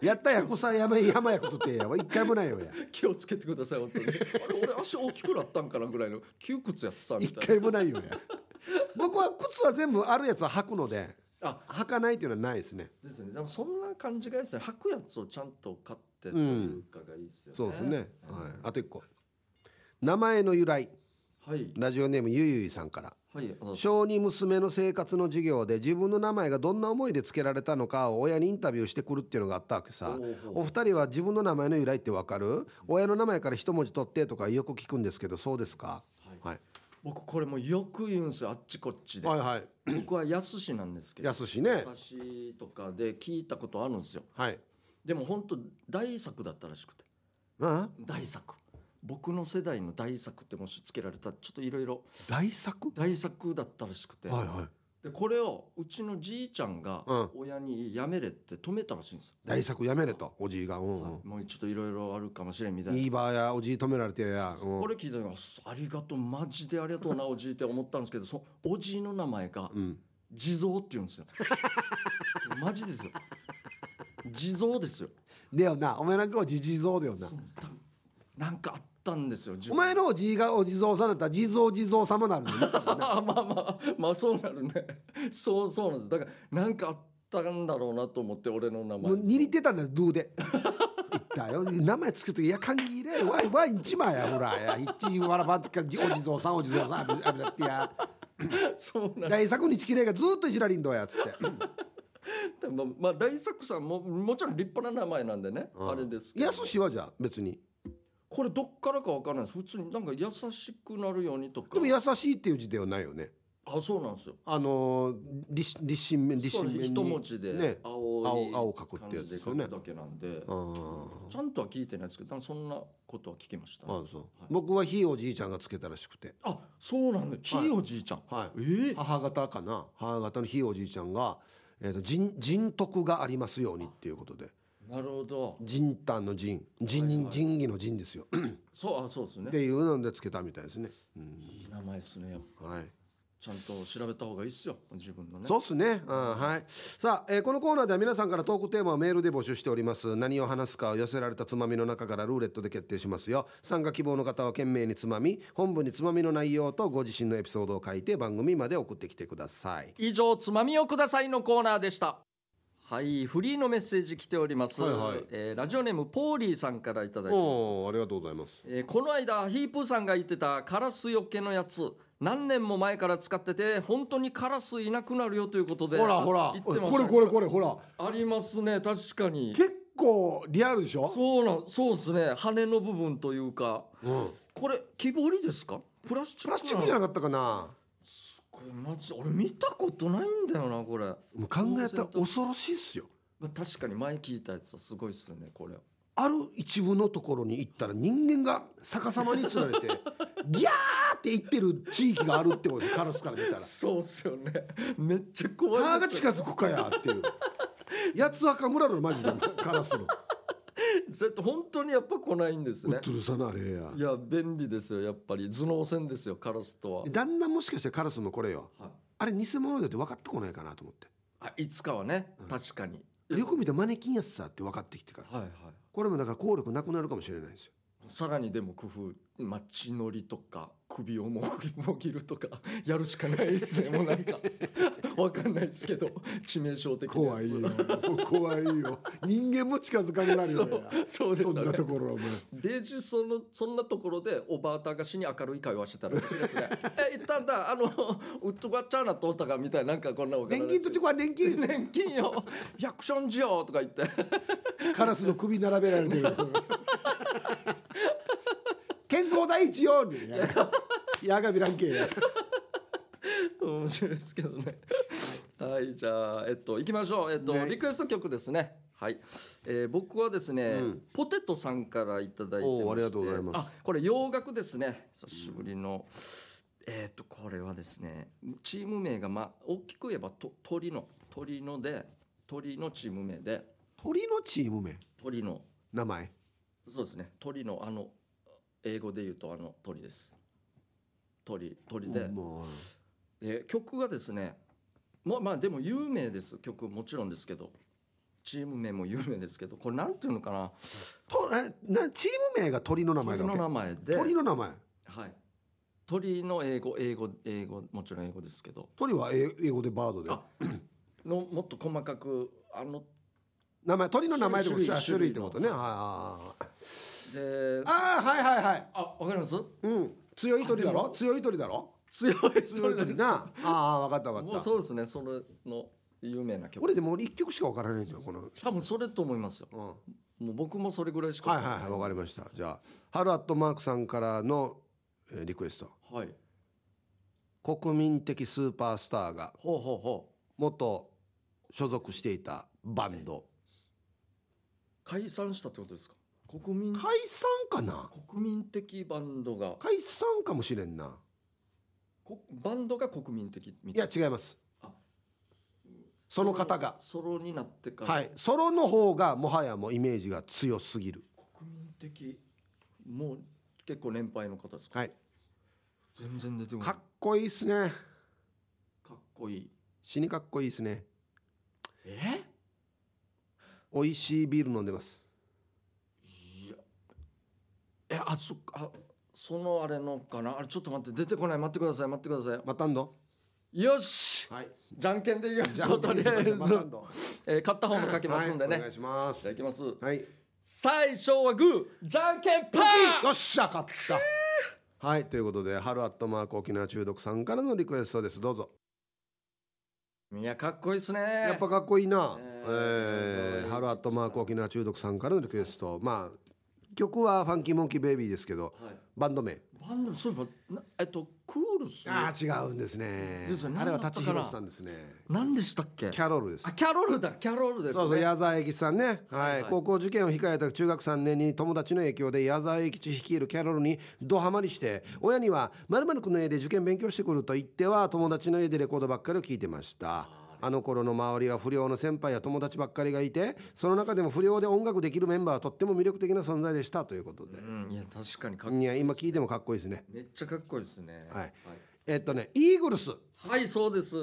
やったやこさやめ山やことってやわ一回もないよや
気をつけてください本当にあれ俺足大きくなったんかなぐらいの窮屈やっさみ
一
たい
回もないよや僕は靴は全部あるやつは履くので
なあ
履かないっていうのはないですね
ですねでもそんな感じがいいですね履くやつをちゃんと買ってというかがいいですよね、
そうですね、はい、
は
あと一個名前の由来
いはい
ラジオネームゆいゆいさんから
はいあの
小児娘の生活の授業で自分の名前がどんな思いで付けられたのかを親にインタビューしてくるっていうのがあったわけさ
おうお
お
う
二人は自分の名前の由来ってわかる親の名前から一文字取ってとかよく聞くんですけどそうですかはい
僕これもうよく言うんですよあっちこっちで、
はいはい
僕はやすしなんですけど
安しね
やさしとかで聞いたことあるんですよ
はい
でも本当大作だったらしくて
うん
大作僕の世代の大作ってもしつけられたらちょっといろいろ
大作
大作だったらしくて、
はいはい
でこれをうちのじいちゃんが
うん
親に「やめれ」って止めたらしいんですよ、
大作やめれとおじいがうん
はいもうちょっといろいろあるかもしれんみた
うん
い
い
ない
ばやおじい止められてやうん
これ聞いたら「ありがとうマジでありがとうなおじい」って思ったんですけどそのおじいの名前が
うん
「地蔵」って言うんですよ マジですよ地蔵ですよ
でよなお前なんかおじ地蔵だよな
そうたなんかあったんですよ自
お
分
前のおじいがお地蔵さんだったら地蔵地蔵様なるのね
まあまあまあまあそうなるねそうそうなんですだからなんかあったんだろうなと思って俺の名
もう
前
握ってたんだよドゥで言ったよ名前つくときいや歓喜でわいわい一枚やほらや一わらばっかじお地蔵さんお地蔵さんあぶあぶだってや
そうなんだ
大作にちきれがずっといじらりんどやつって
まあ、まあ、大作さんももちろん立派な名前なんでね、
うん
あれですけど
やすしはじゃあ別に
これどっからかわからないです普通になんか優しくなるようにとか
でも優しいっていう字ではないよね
あそうなんですよ
あのー立立身面立
そ
身
う
面に
一文字で
ね
青い
青青書くって
感
やつ
じで
です
書
よ
く
ね
だけなんで、
あ
ちゃんとは聞いてないですけど多分そんなことは聞きました
ああそう僕はひいおじいちゃんがつけたらしくて
あそうなんだひいおじいちゃん、
はい
ええ
母方かな母方のひいおじいちゃんが、えー、と人人徳がありますようにっていうことで
なるほど
人丹の人人
はい
人
はい
仁義の人 ですよ
そうあそうです
っ
ね
ていうのでつけたみたいですね、うん
いい名前ですね
はい、
ちゃんと調べた方がいいっすよ自分のね
そうっすね、うんはい、さあ、えーこのコーナーでは皆さんからトークテーマをメールで募集しております何を話すかを寄せられたつまみの中からルーレットで決定しますよ参加希望の方は懸命につまみ本文につまみの内容とご自身のエピソードを書いて番組まで送ってきてください
以上つまみをくださいのコーナーでしたはいフリーのメッセージ来ております、
はいはい
えーラジオネームポーリーさんからいただいてます、
おーありがとうございます
えーこの間ヒープーさんが言ってたカラスよけのやつ何年も前から使ってて本当にカラスいなくなるよということで
ほらほら
言
こ
って
れ
ます
これこれほら
ありますね確かに
結構リアルでしょ
そうなんそうですね羽の部分というか
うん
これ木彫りですかプラスチック
プ
な
ラスチックじゃなかったかな
これマジ俺見たことないんだよなこれ、ま
もう考えたら恐ろしいっすよ
あ、確かに前聞いたやつはすごいっすよねこれ
ある一部のところに行ったら人間が逆さまにつら れてギャーって言ってる地域があるってことですカラスから見たら「
そうっすよね めっちゃ怖い
ターが
です
近
よ
づくかや」っていう八つ赤村のマジでカラスの
絶対本当にやっぱ来ないんです
う
ね
っとるさなあれや
いや便利ですよやっぱり頭脳戦ですよカラスとは、
旦那もしかしてカラスのこれよ
はい、
あれ偽物だって分かってこないかなと思って
あいつかはね、
うん
確かに
よく見たマネキンやつさって分かってきてから
はいはい
これもだから効力なくなるかもしれないですよ
さらにでも工夫まあ血のりとか首をもぎもぎるとか やるしかないですねもうなん かわかんないですけど致命傷的なや
怖
つ
いよ怖いよ人間も近づかれられる
そ
よ
う
や
そうですよ
そ
ね
んなところはもう
デジそのそんなところでおばあたがしに明るい会話してたらしいですね。 え言ったんだあのウッドガチャーナとおったかみたいななんかこんなお
年金とってこは年金
年金よ 百姓じよとか言って
カラスの首並べられてる。健康第一よにやがびらんけや
面白いですけどね。はい、じゃあ、えっと、行きましょう。えっと、
ね
リクエスト曲ですね。はい、えー僕はですね、ポテトさんからいただいてまし
お
て
ーありがとうございます
あ、これ洋楽ですね。久しぶりの。えっと、これはですね、チーム名が、まあ、大きく言えば、と、鳥の、鳥ので。鳥のチーム名で、
鳥のチーム名
鳥の。
名前
そうですね、鳥の、あの。英語で言うと、あの鳥です。鳥、鳥で。
もう
で曲がですねままあでも有名です曲もちろんですけどチーム名も有名ですけどこれなんていうのかな
とえなチーム名が鳥の名前
鳥
だ
の名
わ
前で
け鳥の名前
はい、鳥の英語英語英語もちろん英語ですけど
鳥は英英語でバードで
あのもっと細かくあの
名前鳥の名前ってこと
種類
種類ってことね
種類の
あー
であ
あーはいはいはい
わかります
うん強い鳥だ
あで
ろ
も
強い鳥だろ
強い
強い鳥なああ分かった分
もう
かった
そうですねそれの有名な曲
俺でも俺一曲しか分からないんだよこの
多分それと思いますよ
うん
もう僕もそれぐらいしか
はいはいはいわかりましたじゃあハルアットマークさんからの、えーリクエスト
はい
国民的スーパースターが
ほうほうほう
元所属していたバンド
解散したってことですか国民
解散かな
国民的バンドが
解散かもしれんな
こバンドが国民的み
い
たい
や
な
違います
あ
その方が
ソロになってから、
はいソロの方がもはやもうイメージが強すぎる
国民的もう結構年配の方ですか
はい
全然出てこない
かっこいいっすね
かっこいい
死にかっこいいっすね
え
美味しいビール飲んでます
いやえあそっかあそのあれのかなあれちょっと待って出てこない待ってください待ってくださ
またんど
いよし
はい
じゃんけんでいきま
じ
し
ゃ
ょうとりあえず
またんど
えー勝った方も書きますんでね、
はいお願いしま
じゃあ
す
いきます
はい
最初はグーじゃんけんパー
よっしゃ勝ったはいということでハルアットマーク沖縄中毒さんからのリクエストですどうぞ
いやかっこいいっすね
やっぱかっこいいな、
え
え
ー
ーハルアットマーク沖縄中毒さんからのリクエストまあ曲はファンキーモンキーベイビーですけど
はい
バンド名
バンドそういえばなえっとクールス
ああ違うんですね
ですよね
あれは
何だった
舘
か
ひ
な
ろしさんですね
何でしたっけ
キャロルです
あキャロルだキャロルです、ね、
そうそう矢沢永吉さんね、はい
はい
高校受験を控えた中学3年に友達の影響で矢沢永吉率いるキャロルにドハマりして親には「まるくんの家で受験勉強してくる」と言っては友達の家でレコードばっかりを聴いてましたあの頃の周りは不良の先輩や友達ばっかりがいてその中でも不良で音楽できるメンバーはとっても魅力的な存在でしたということで、
うんいや確かにかっ
いや今聴いてもかっこいいですね
めっちゃかっこいいですね
はいえっとねイーグルス
はい、はいそうです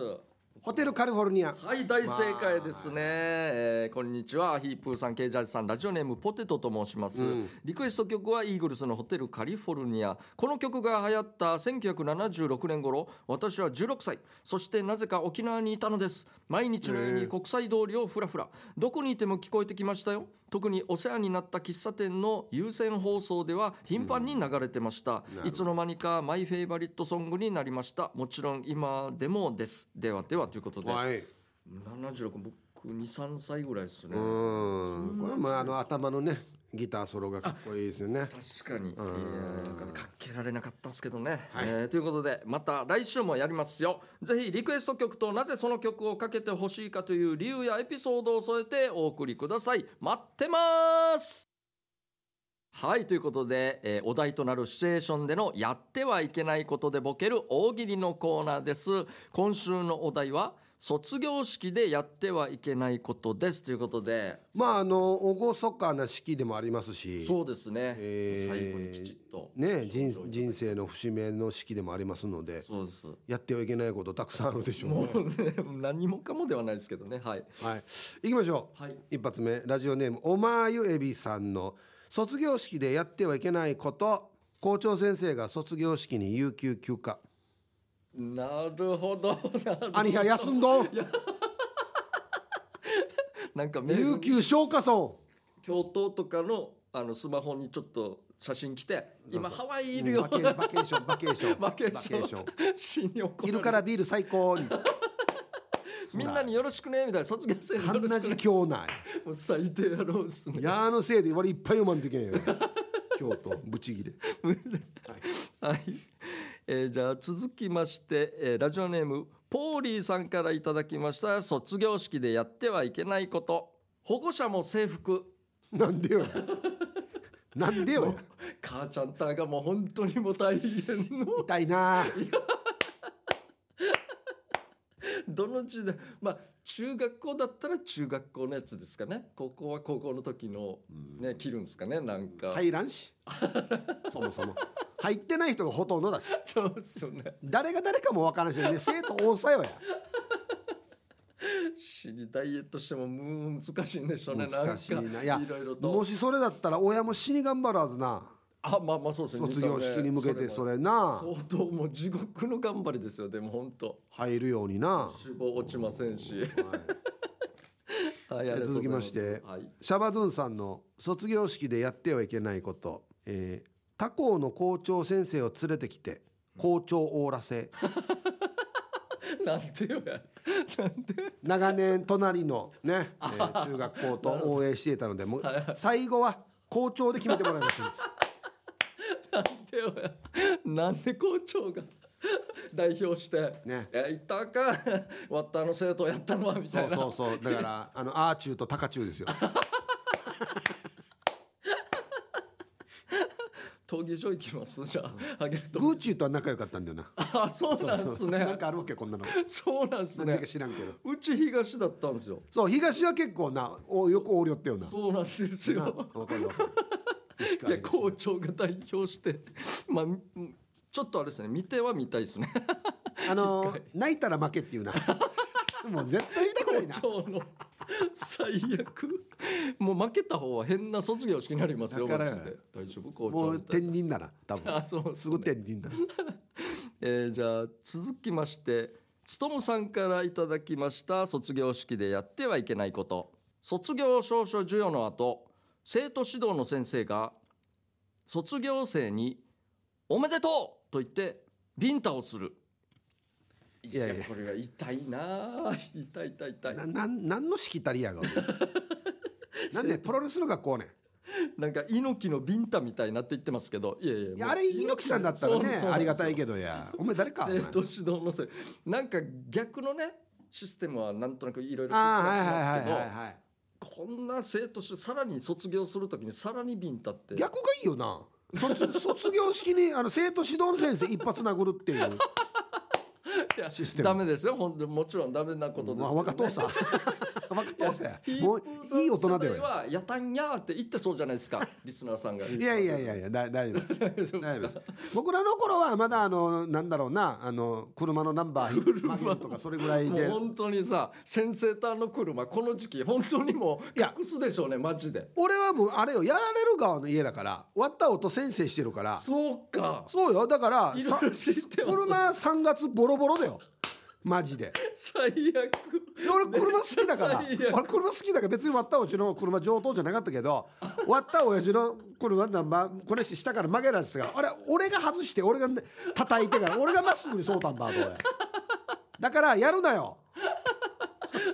ホテルカリフォルニア
はい大正解ですね、えーこんにちはヒープーさんケイジャージさんラジオネームポテトと申します、リクエスト曲はイーグルスのホテルカリフォルニアこの曲が流行った1976年頃私は16歳そしてなぜか沖縄にいたのです毎日のように国際通りをふらふらどこにいても聞こえてきましたよ特にお世話になった喫茶店の有線放送では頻繁に流れてました、いつの間にかマイフェイバリットソングになりましたもちろん今でもですではではということで、
はい
76僕23歳ぐらいですね
うんこれはまああの頭のねギターソロがかっこいいですよね
確かにいやーかけられなかったですけどね、えーということでまた来週もやりますよぜひリクエスト曲となぜその曲をかけてほしいかという理由やエピソードを添えてお送りください待ってますはいということで、えーお題となるシチュエーションでのやってはいけないことでボケる大喜利のコーナーです今週のお題は卒業式でやってはいけないことですということで
まああの厳かな式でもありますし
そうですね、
えー
最後にきちっと
ね人人生の節目の式でもありますので
そうです
やってはいけないことたくさんあるでしょう、
も
ね、
うね何もかもではないですけどねはい
はい行きましょう、
はい
一発目ラジオネームおまゆえびさんの卒業式でやってはいけないこと校長先生が卒業式に有給休暇
なるほど なる
兄が休んどん
なんかメール
有給消化損
教頭とかのあのスマホにちょっと写真来て今ハワイいるよ
バケバケーションバケーション
バケーション
バケー
死に怒
ン
られ
昼からビール最高に
みんなによろしくねみたいな卒業生によ
かん
ろし
な
く
じ
ね
きょうない
もう最低やろうっすね
やーのせいで俺いっぱい読まんといけんよ京都ブチギレ
はい、えーじゃあ続きまして、えーラジオネームポーリーさんからいただきました卒業式でやってはいけないこと保護者も制服
なんでよなんでよ
母ちゃんたがもう本当にもう大変の
痛いな
どの時代まあ中学校だったら中学校のやつですかね高校は高校の時のね着るんですかねなんか、
入らんしそもそも入ってない人がほとんどだし
そうですよね
誰が誰かも分からんしね生徒多さよや
死にダイエットしてもむ難しいんでしょうね
難しい
なんか
ないや
ろいろと
もしそれだったら親も死に頑張るはずな
あまあまあそうですね
卒業式に向けてそ
れ
れな
相当もう地獄の頑張りですよでも本当
入るようにな
脂肪落ちませんし、はい、ありがとうございす
続きまして
はい、
シャバドゥンさんの卒業式でやってはいけないこと、えー他校の校長先生を連れてきて校長オー ラせ
なんてよや
長年隣のね、えー中学校と応援していたのでもう最後は校長で決めてもらいましいん です
なんでよやなんで校長が代表して
ね
えいたかワッターの生徒やったのはみたい
そ
うな
そうそう だからあのアーチューとタカチューですよ
闘技場行きますじゃああげると
グーチューとは仲良かったんだよな
あそうなんです
そう
ね
なんかあるわけこんなの
そうなんです
何
ね
か知らんけど
うち東だったんですよ
そう東は結構なおよく横領ってよな
そうなんです
な
よ
わかるわかる石
い
川
や校長が代表してまあんちょっとあれですね見ては見たいですね
あのー泣いたら負けっていうな もう絶対見たくないな
校長の最悪もう負けた方は変な卒業式になりますよ
だから
マジで大丈夫校
も
長
う
みたい
転輪だな多
な
分
あそうです
す
ね
ぐ転輪だな
えーじゃあ続きましてつとむさんからいただきました卒業式でやってはいけないこと卒業証書授与の後生徒指導の先生が卒業生に「おめでとう!」と言ってビンタをするい
やいや
これは痛いなあ痛い痛い痛い
ななんなんのしきたり やが俺なんでプロレスの学校ね
なんか猪木のビンタみたいになって言ってますけどいやいや
い
もう
やあれ猪木さんだったら
そう
ね
そう
ありがた
そう
いけどやお前誰かお前
生徒指導のせいなんか逆のねシステムはなんとなくいろいろ聞い
ああは
た
い
りします
はい
けど
はいはいはい
こんな生徒しさらに卒業するときにさらにビンタって
逆がいいよな 卒卒業式にあの生徒指導の先生一発殴るっていう
いや
システム
ダメですよ本当にもちろんダメなことですけど、ね
まあ 若父さん若父さんや
ヒー
も
プ
う
ーさん
いい大人だ
世
よ
代はやたんやーって言ってそうじゃないです かリスナーさんが
いやいやい
や
やいやだ大丈夫です
大丈夫
大丈夫
で
ですす
か
僕らの頃はまだあのなんだろうなあの車のナンバー曲げるとかそれぐらい
もう
で
本当にさ先生ターの車この時期本当にもう
いや
隠すでしょうねマジで
俺はもうあれよやられる側の家だから割った音先生してるから
そうか
そうよだから
いろ
さ
いろ知ってます
車3月ボロボロだよマジで
最悪
で俺車好きだから
めっちゃ最
俺
悪
車好きだから別に割ったうちの車上等じゃなかったけど割った親父の車のナンバーこれし下から曲げられてたからあれ俺が外して俺が、ね、叩いてから俺がまっすぐにそうたんばーとだからやるなよ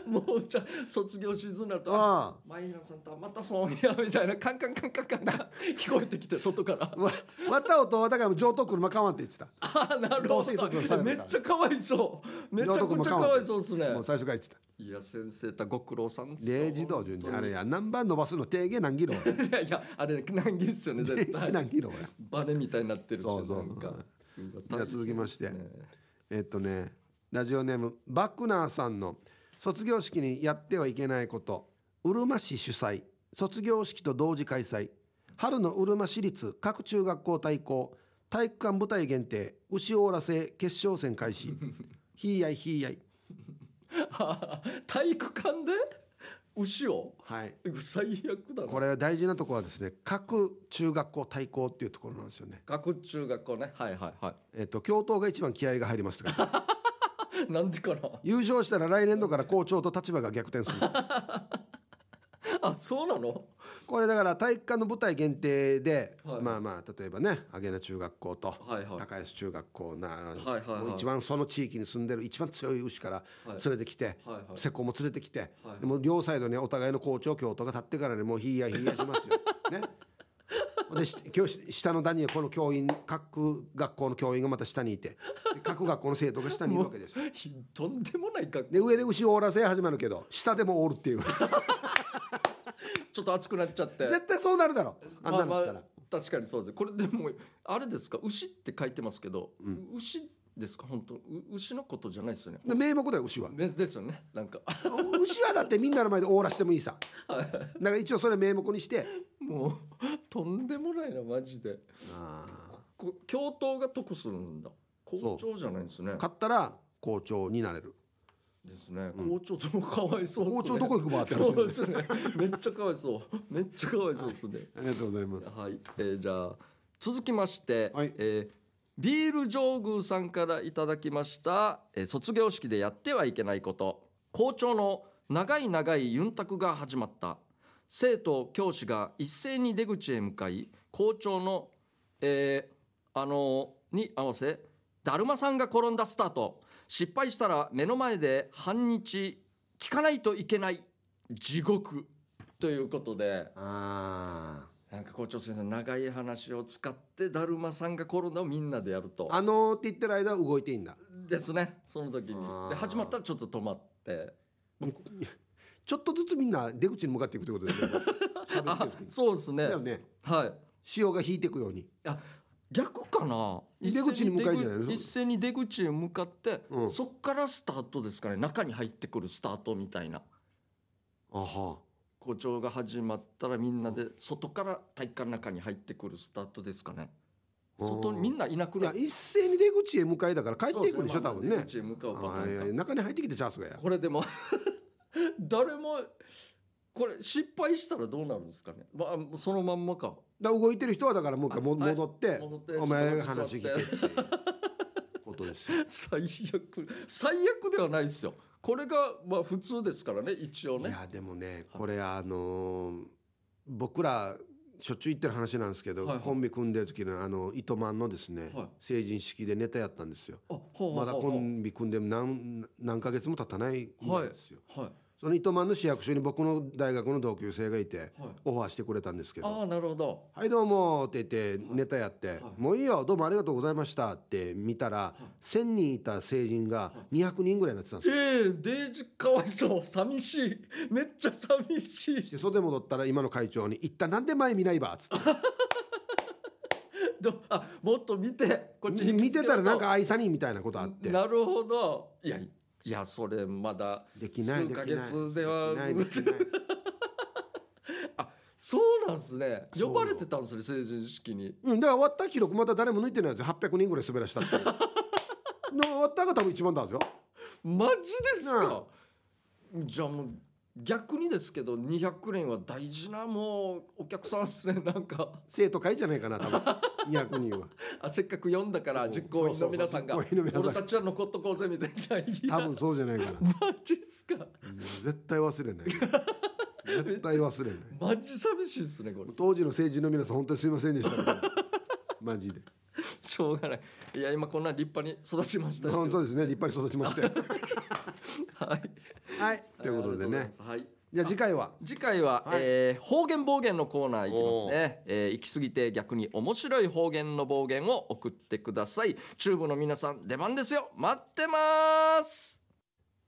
もうじゃあ卒業シーズンになるとあ
うん
マイナさんとはまたその部屋みたいなカンカンカンカンカンが聞こえてきて外から
わ割った音はだから上等車買わんって言ってた
あーなるほ
同性と同性だ
ど
から
めっちゃかわいそうめちゃ
道
く
徳も
ちゃ
変
か
わん
わいそうですね
もう最初から言ってた
いや先生たご苦労さんですよ
0時道順
本当
であ
に
れや何番伸ばすの定義何キロ
いやいやあれ難儀っすよね絶対
何キロや
バネみたいになってるし
そうそう
なんか
は
うわ
じゃあ続きまして
大変ですね
えっとねラジオネームバックナーさんの卒業式にやってはいけないことうるま市主催卒業式と同時開催春のうるま市立各中学校対抗体育館舞台限定牛オーラ制決勝戦 開始ひいやいひいやい
あー 体育館で牛を
はい
最悪だな
これは大事なところはですね各中学校対抗っていうところなんですよね
学中学校ねはいはいは
えっと教頭が一番気合が入りま すから
い なんでかな
優勝したら来年度から校長と立場が逆転する
あそうなの
これだから体育館の舞台限定で、
はい
まあまあ例えばね上野中学校と
はいはい
高安中学校な、
はいはい
もう一番その地域に住んでる一番強い牛から連れてきて、
はいはい
施工も連れてきて、
はい
でもう両サイドにお互いの校長教頭が立ってからねもうひいやひいやしますよ。ねでし教室下の段にはこの教員各学校の教員がまた下にいてで各学校の生徒が下にいるわけです
ひとんでもないか
で上で牛をおらせ始まるけど下でもお るっていう
ちょっと熱くなっちゃって
絶対そうなるだろあんなの
ま
だ
あ
ったら、
まあ確かにそうですこれでもあれですか牛って書いてますけど、牛ですか本当う牛のことじゃないですよね
で名目だよ牛は
ねですよねなんか
牛はだってみんなの前でオーラしてもいいさ
は
だから一応それ名目にして
もうとんでもないなマジでこ教頭が得するんだ校長じゃないんですね
買ったら校長になれる
ですね校長ともかわいそうですね
校長どこ行くばって話
そうですねめっちゃかわいそうめっちゃかわいそうですね
ありがとうございます
はい、えーじゃあ続きまして、
はい
えービール上宮さんからいただきました、えー卒業式でやってはいけないこと校長の長い長いユンタクが始まった生徒教師が一斉に出口へ向かい校長の、えーあのーに合わせだるまさんが転んだスタート失敗したら目の前で半日聞かないといけない地獄ということで
あ
なんか校長先生の長い話を使ってだるまさんが転んだをみんなでやると
あのーって言ってる間は動いていいんだ
ですねその時に
あー
で始まったらちょっと止ま って
ちょっとずつみんな出口に向かっていくということです よ喋って
あ
る時に
そうですね
だよね
はい
潮が引いていくように
あ逆かな
出口に向かいじゃないの
一斉に出口一斉に出口へ向かって、
うん
そっからスタートですかね中に入ってくるスタートみたいな
あは
校長が始まったらみんなで外から体育館の中に入ってくるスタートですかね
うん
外にみんないなく
い
な
や一斉に出口へ向かいだから帰っていくんでしょ多
そうすね
分
まあ
ね
出口へ向かうパタ
あ
ー
い
ン
や
か
いや中に入ってきてチャンスがや
これでも 誰もこれ失敗したらどうなるんですかね、まあ、そのまんまか
だから動いてる人はだからもう一回も
あはい
戻って
戻って
お前
ちょっと
話
待
聞
っ
い
て
てっていうことですよ
最悪最悪ではないですよこれがまあ普通ですからね一応
い
ね
やでもねこれあのー僕らしょっちゅう言ってる話なんですけど、
はいはい
コンビ組んでる時のあの糸満のですね、
はい
成人式でネタやったんですよ
あほうほ
ま
う
だ
ほう
コ
ほう
ンビ組んで何何ヶ月も経たないぐらいですよ、
はい
その糸満の市役所に僕の大学の同級生がいて、
はい
オファーしてくれたんですけど
ああなるほど
はいどうもって言ってネタやって、
い
もういいよどうもありがとうございましたって見たら、1,000人いた成人が200人ぐらいになってたんです
ええ
よ。
デイジかわいそう寂しいめっちゃ寂しい
で袖戻ったら今の会長に「一体なんで前見ないば」っつって
どあもっと見てこっちに
見てたらなんか愛さにみたいなことあって
なるほどいやいやそれまだ
できな
数
いでき
ヶ
ない
月では
できないできない
そうなんですね
そ
呼
う
ばれてたんですね成人式に
うんだから終わった記録また誰も抜いてないんですよ800人ぐらい滑らし たっていうの終わったが多分一番だよ
マジです
なあ
かじゃあもう逆にですけど200年は大事なもうお客さんっすね なんか
生徒会じゃないかな多分200人は
あせっかく読んだから
うん
実行委員の皆さんが
そうそうそう実行委員の皆さん
俺たちは残っとこうぜみたいないや
多分そうじゃないかな
マジっすか
うん絶対忘れない絶対忘れない
マジ寂しいっすねこれ
当時の政治の皆さん本当にすいませんでしたけどマジで
しょうがないいや今こんな立派に育ちましたよ
本当ですね立派に育ちましたよ
はい
はいということで
ありがとうござ
ね
いますはい
じゃあ次回は
次回は、
はい
えー方言暴言のコーナーいきますね、えー行き過ぎて逆に面白い方言の暴言を送ってくださいチューブの皆さん出番ですよ待ってます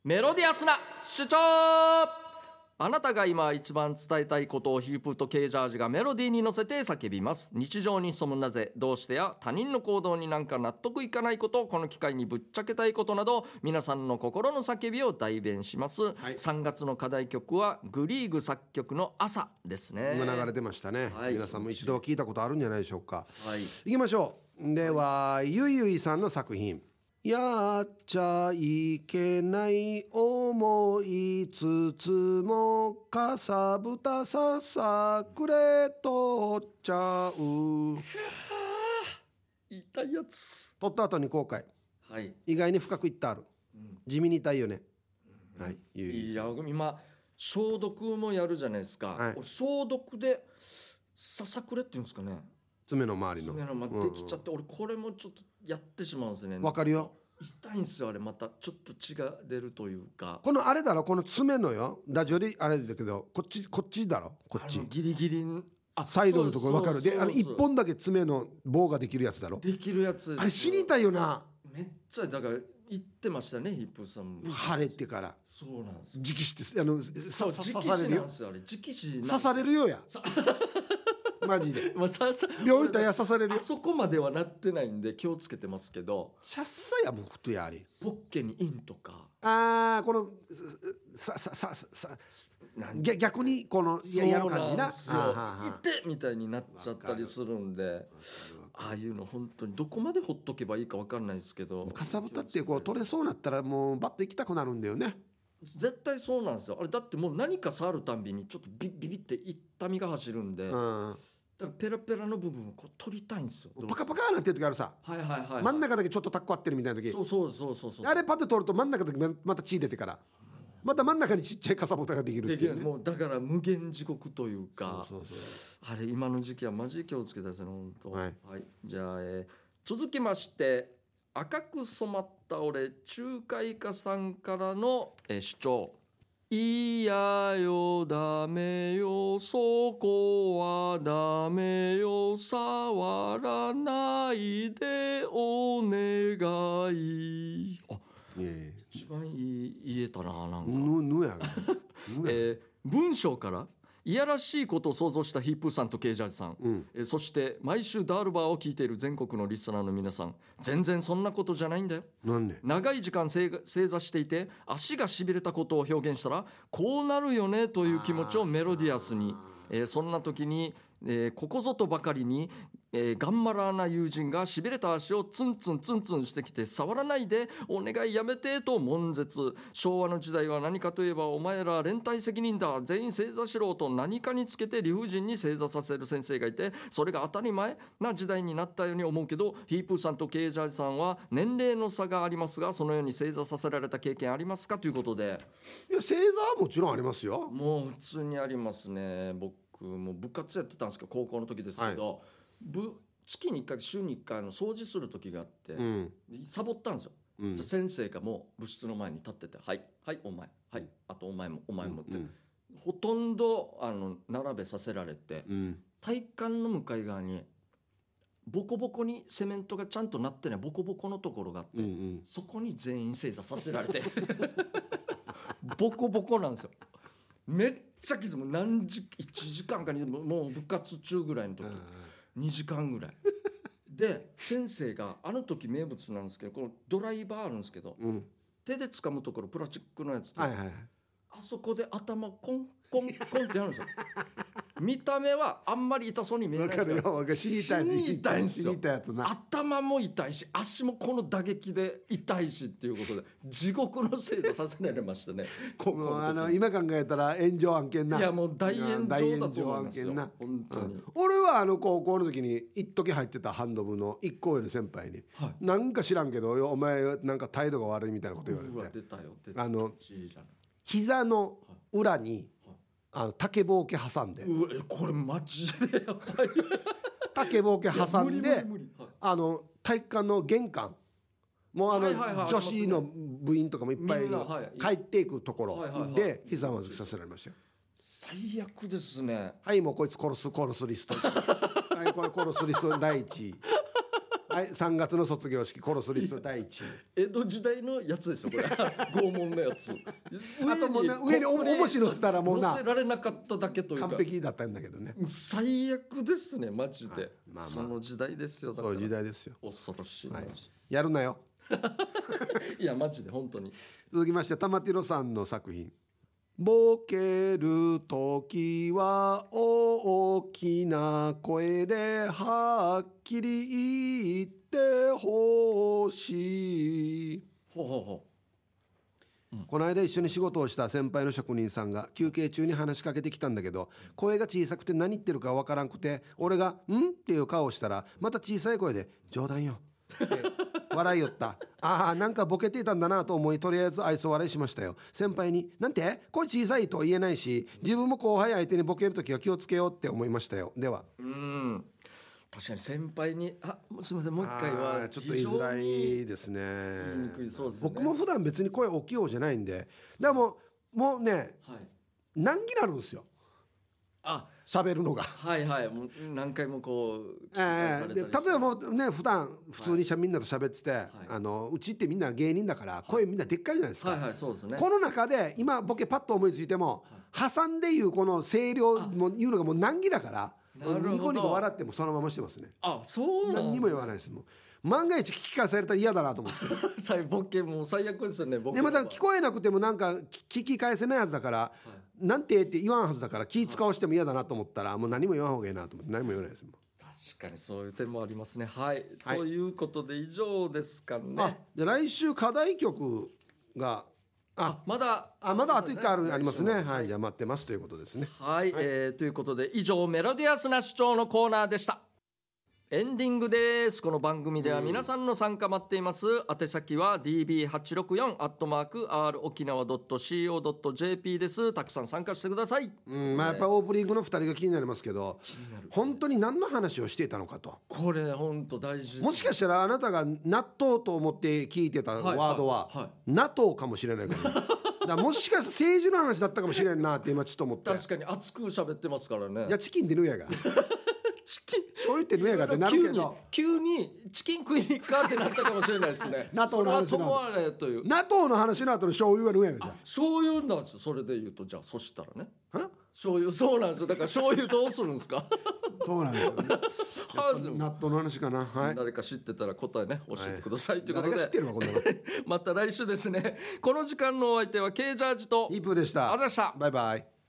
メロディアスな主張あなたが今一番伝えたいことをヒープとケージャージがメロディーに乗せて叫びます日常に潜むなぜどうしてや他人の行動になんか納得いかないことこの機会にぶっちゃけたいことなど皆さんの心の叫びを代弁します、
い
3月の課題曲はグリーグ作曲の朝ですね
今流れてましたね、
はい
皆さんも一度は聞いたことあるんじゃないでしょうか
はい
いきましょうでは、ゆいゆいさんの作品やっちゃいけない思いつつもかさぶたささくれとっちゃう
痛いやつ
取った後に後悔
はい、
意外に深くいったある
うん
地味に痛いよね、はいゆいゆい
い
さん
や今消毒もやるじゃないですか、
はい
俺消毒でささくれって言うんですかね
爪の周りの
爪のま
うんう
で
ん
きちゃって、俺これもちょっとやってしまうんですね
わかるよ
痛いんですよあれまたちょっと血が出るというか
このあれだろこの爪のよラジオであれだけどこっちこっちだろこっ
あ
ち
のギリギリあ
サイドのところ分か
そ
る
うそう
であの
そう
一本だけ爪の棒ができるやつだろ
できるやつですよ
あれ死にたいよな
めっちゃだから言ってましたねヒップさんも
晴れてから
そうなんですよ
直視ってあのさ
そう
さ
直視
刺
な
され
ん
るよ
ですよあれ直視なんです
刺されるよや
さ
マジで
まあささ
病院行ったらや刺される
あ
よ
そこまではなってないんで気をつけてますけど
シャッサや僕とやあれ
ポッケにインとか
あーこのさささささ
なん
逆逆にこのややる感じな
そう
あーは
なんです
ー
よ痛
は
っみたいになっちゃったりするんでああいうの本当にどこまでほっとけばいいかわかんないですけど
ーかさぶたってこう取れそうなったらもうバッと行きたくなるんだよね
絶対そうなんですよあれだってもう何か触るたんびにちょっとビッビビって痛みが走るんで、
う
だか
ん
らペラペラの部分をこう取りたいんですよ
パカパカーなってる時あるさ
はいはいはい、はい、
真ん中だけちょっとタッコ合ってるみたいな時
そうそうそうそうそう
あれパッと取ると真ん中だけまた血出てからまた真ん中にちっちゃいかさぶたができる
で
って
き
い
な
う
い
ね
もうだから無限地獄というか
そうそうそ
あれ今の時期はマジで気をつけたですね本当
はい、
じゃあ、えー続きまして赤く染まった俺中華華さんからの、えー主張いやよダメよそこはダメよ触らないでお願いあ
ういやいや
一番いい言えたななんか、
ぬぬやが ぬやが
えー文章からいやらしいことを想像したヒープーさんとケージャージさん、
うん
えーそして毎週ダールバーを聞いている全国のリスナーの皆さん全然そんなことじゃないんだよ
なんで
長い時間正正座していて足がしびれたことを表現したらこうなるよねという気持ちをメロディアスに、えーそんな時に、えーここぞとばかりに、えー、頑張らな友人がしびれた足をツンツンツンツンしてきて触らないでお願いやめてと悶絶昭和の時代は何かといえばお前ら連帯責任だ全員正座しろと何かにつけて理不尽に正座させる先生がいてそれが当たり前な時代になったように思うけどヒープーさんとケージャージさんは年齢の差がありますがそのように正座させられた経験ありますかということで
いや正座はもちろんありますよ
もう普通にありますね僕も部活やってたんですけど高校の時ですけど、部月に1回週に1回の掃除する時があって、
うん
サボったんですよ
うん
そ先生がもう部室の前に立ってて「はいはいお前はいあとお前もお前も」って、
うん
ほとんどあの並べさせられて
うん
体育館の向かい側にボコボコにセメントがちゃんとなってないボコボコのところがあって、
うんうん
そこに全員正座させら れてボコボコなんですよめっちゃきついもう何時1時間かにもうもう部活中ぐらいの時2時間ぐらいで先生があの時名物なんですけどこのドライバーあるんですけど
うん
手で掴むところプラスチックのやつで、
はいはい
あそこで頭コンコンコンってやるんです よ見た目はあんまり痛そうに見えな
わ
いで
か
すけ
る
ど
よわかる死にたい
死に痛いんですよ
死にたいやつな
頭も痛いし足もこの打撃で痛いしっていうことで地獄のせいでさせられま したね高校
もうあ
の
の
時
今考えたら炎上案件ない
やもう大炎上だと思いますよ
うん大炎上案件な
本当に、
うん俺はあの高校の時に一時入ってたハンド部の一校上の先輩に
はい
なんか知らんけどよお前なんか態度が悪いみたいなこと言
うわ
われて
出たよ出た
あの
いいじゃない
膝の裏に
はい
あの竹ぼうけ挟んで
うわこれマジでやばい
竹ぼうけ挟ん
いや無理無理
で
無理はい
あの体育館の玄関もうあの、
はいはいはい
女子の部員とかもいっぱいい
みん
る
なはい
帰っていくところ
はいはいはい
で膝まずきさせられましたよ
最悪ですね
はい、もうこいつ殺す、殺す リスト。はい、これ殺すリスト第一位。はい、3月の卒業式、殺すリスト第一位。
江戸時代のやつですよ これ拷問のやつあ
あともうね上にお重しのせたらもうな
せられなかっただけというか
完璧だったんだけどね。
最悪ですねマジで、
いまあまあ
その時代ですよだか
そ
ら
ういう時代ですよ。
恐ろしい、マジ
やるなよ。
いやマジで本当に
続きまして、玉城さんの作品。ボケる時は大きな声ではっきり言ってほしい。
ほうほうほ
この間一緒に仕事をした先輩の職人さんが休憩中に話しかけてきたんだけど声が小さくて何言ってるかわからんくて俺が「ん?」っていう顔をしたらまた小さい声で「冗談よ」って笑いよったああなんかボケていたんだなと思いとりあえず愛想笑いしましたよ先輩に「なんて声小さい」とは言えないし自分も後輩相手にボケる時は気をつけようって思いましたよでは
ううん確かに先輩に「あもうすみませんもう一回
あ
は
ー」ちょっと言いづら
非
いですね
常に言いにくいそうですね
僕も普段別に声大きい方じゃないんででももうね
はい
難儀なるんですよ
あ
喋るのが。
はいはいもう何回もこう聞き返
え
さ
え
れたり
で例
して
えばもうね普段普通にしゃみんなと喋ってて、あのうちってみんな芸人だから声みんなでっかいじゃないですか、
はいはいそうですね
この中で今ボケパッと思いついても、挟んでいうこの声量も言うのがもう難儀だから
なるほど
ニコニコ笑ってもそのまましてますね
あそうなん
何にも言わないですもう万が一聞き返されたら嫌だなと思って
最ボケもう最悪ですよねボケ
でまた
は
聞こえなくてもなんか聞き返せないはずだから、なんてって言わんはずだから気使わしても嫌だなと思ったらもう何も言わん方がいいなと思って何も言わないですもん
確かにそういう点もありますねはい、
はい
ということで以上ですかね
あじゃあ来週課題曲があ
あまだ
あまだあと1回あるありますね
はい、
はいじゃあ待ってますということですね
えーということで以上メロディアスな主張のコーナーでしたエンディングですこの番組では皆さんの参加待っています、宛先は db864 アットマーク r 沖縄 .co.jp ですたくさん参加してください
うんまあやっぱオープニングの2人が気になりますけど本当に何の話をしていたのかと
これ本当大事
もしかしたらあなたが納豆と思って聞いてた
はい
ワードは
はいはい
納豆かもしれ ないからだからもしかしたら政治の話だったかもしれんなって今ちょっと思って
確かに熱く喋ってますからね
いやチキンでぬやが
チキン
醤油ってぬやがってなるけど
急に急にチキン食いに行くかってなったかもしれないです ね
納豆の話
それはともあれという
納豆の話の後の醤油はぬやがじゃん
醤油なんですよそれで言うとじゃあそしたらね
ん
醤油そうなんですよだから醤油どうするんです か
そうなんですよね
はいでも
納豆の話かな はい
誰か知ってたら答えね教えてください、というこ
誰
とで
が知 ってるわこんなの
また来週ですねこの時間のお相手は K ジャージと
イープーでした
あざした
バイバイ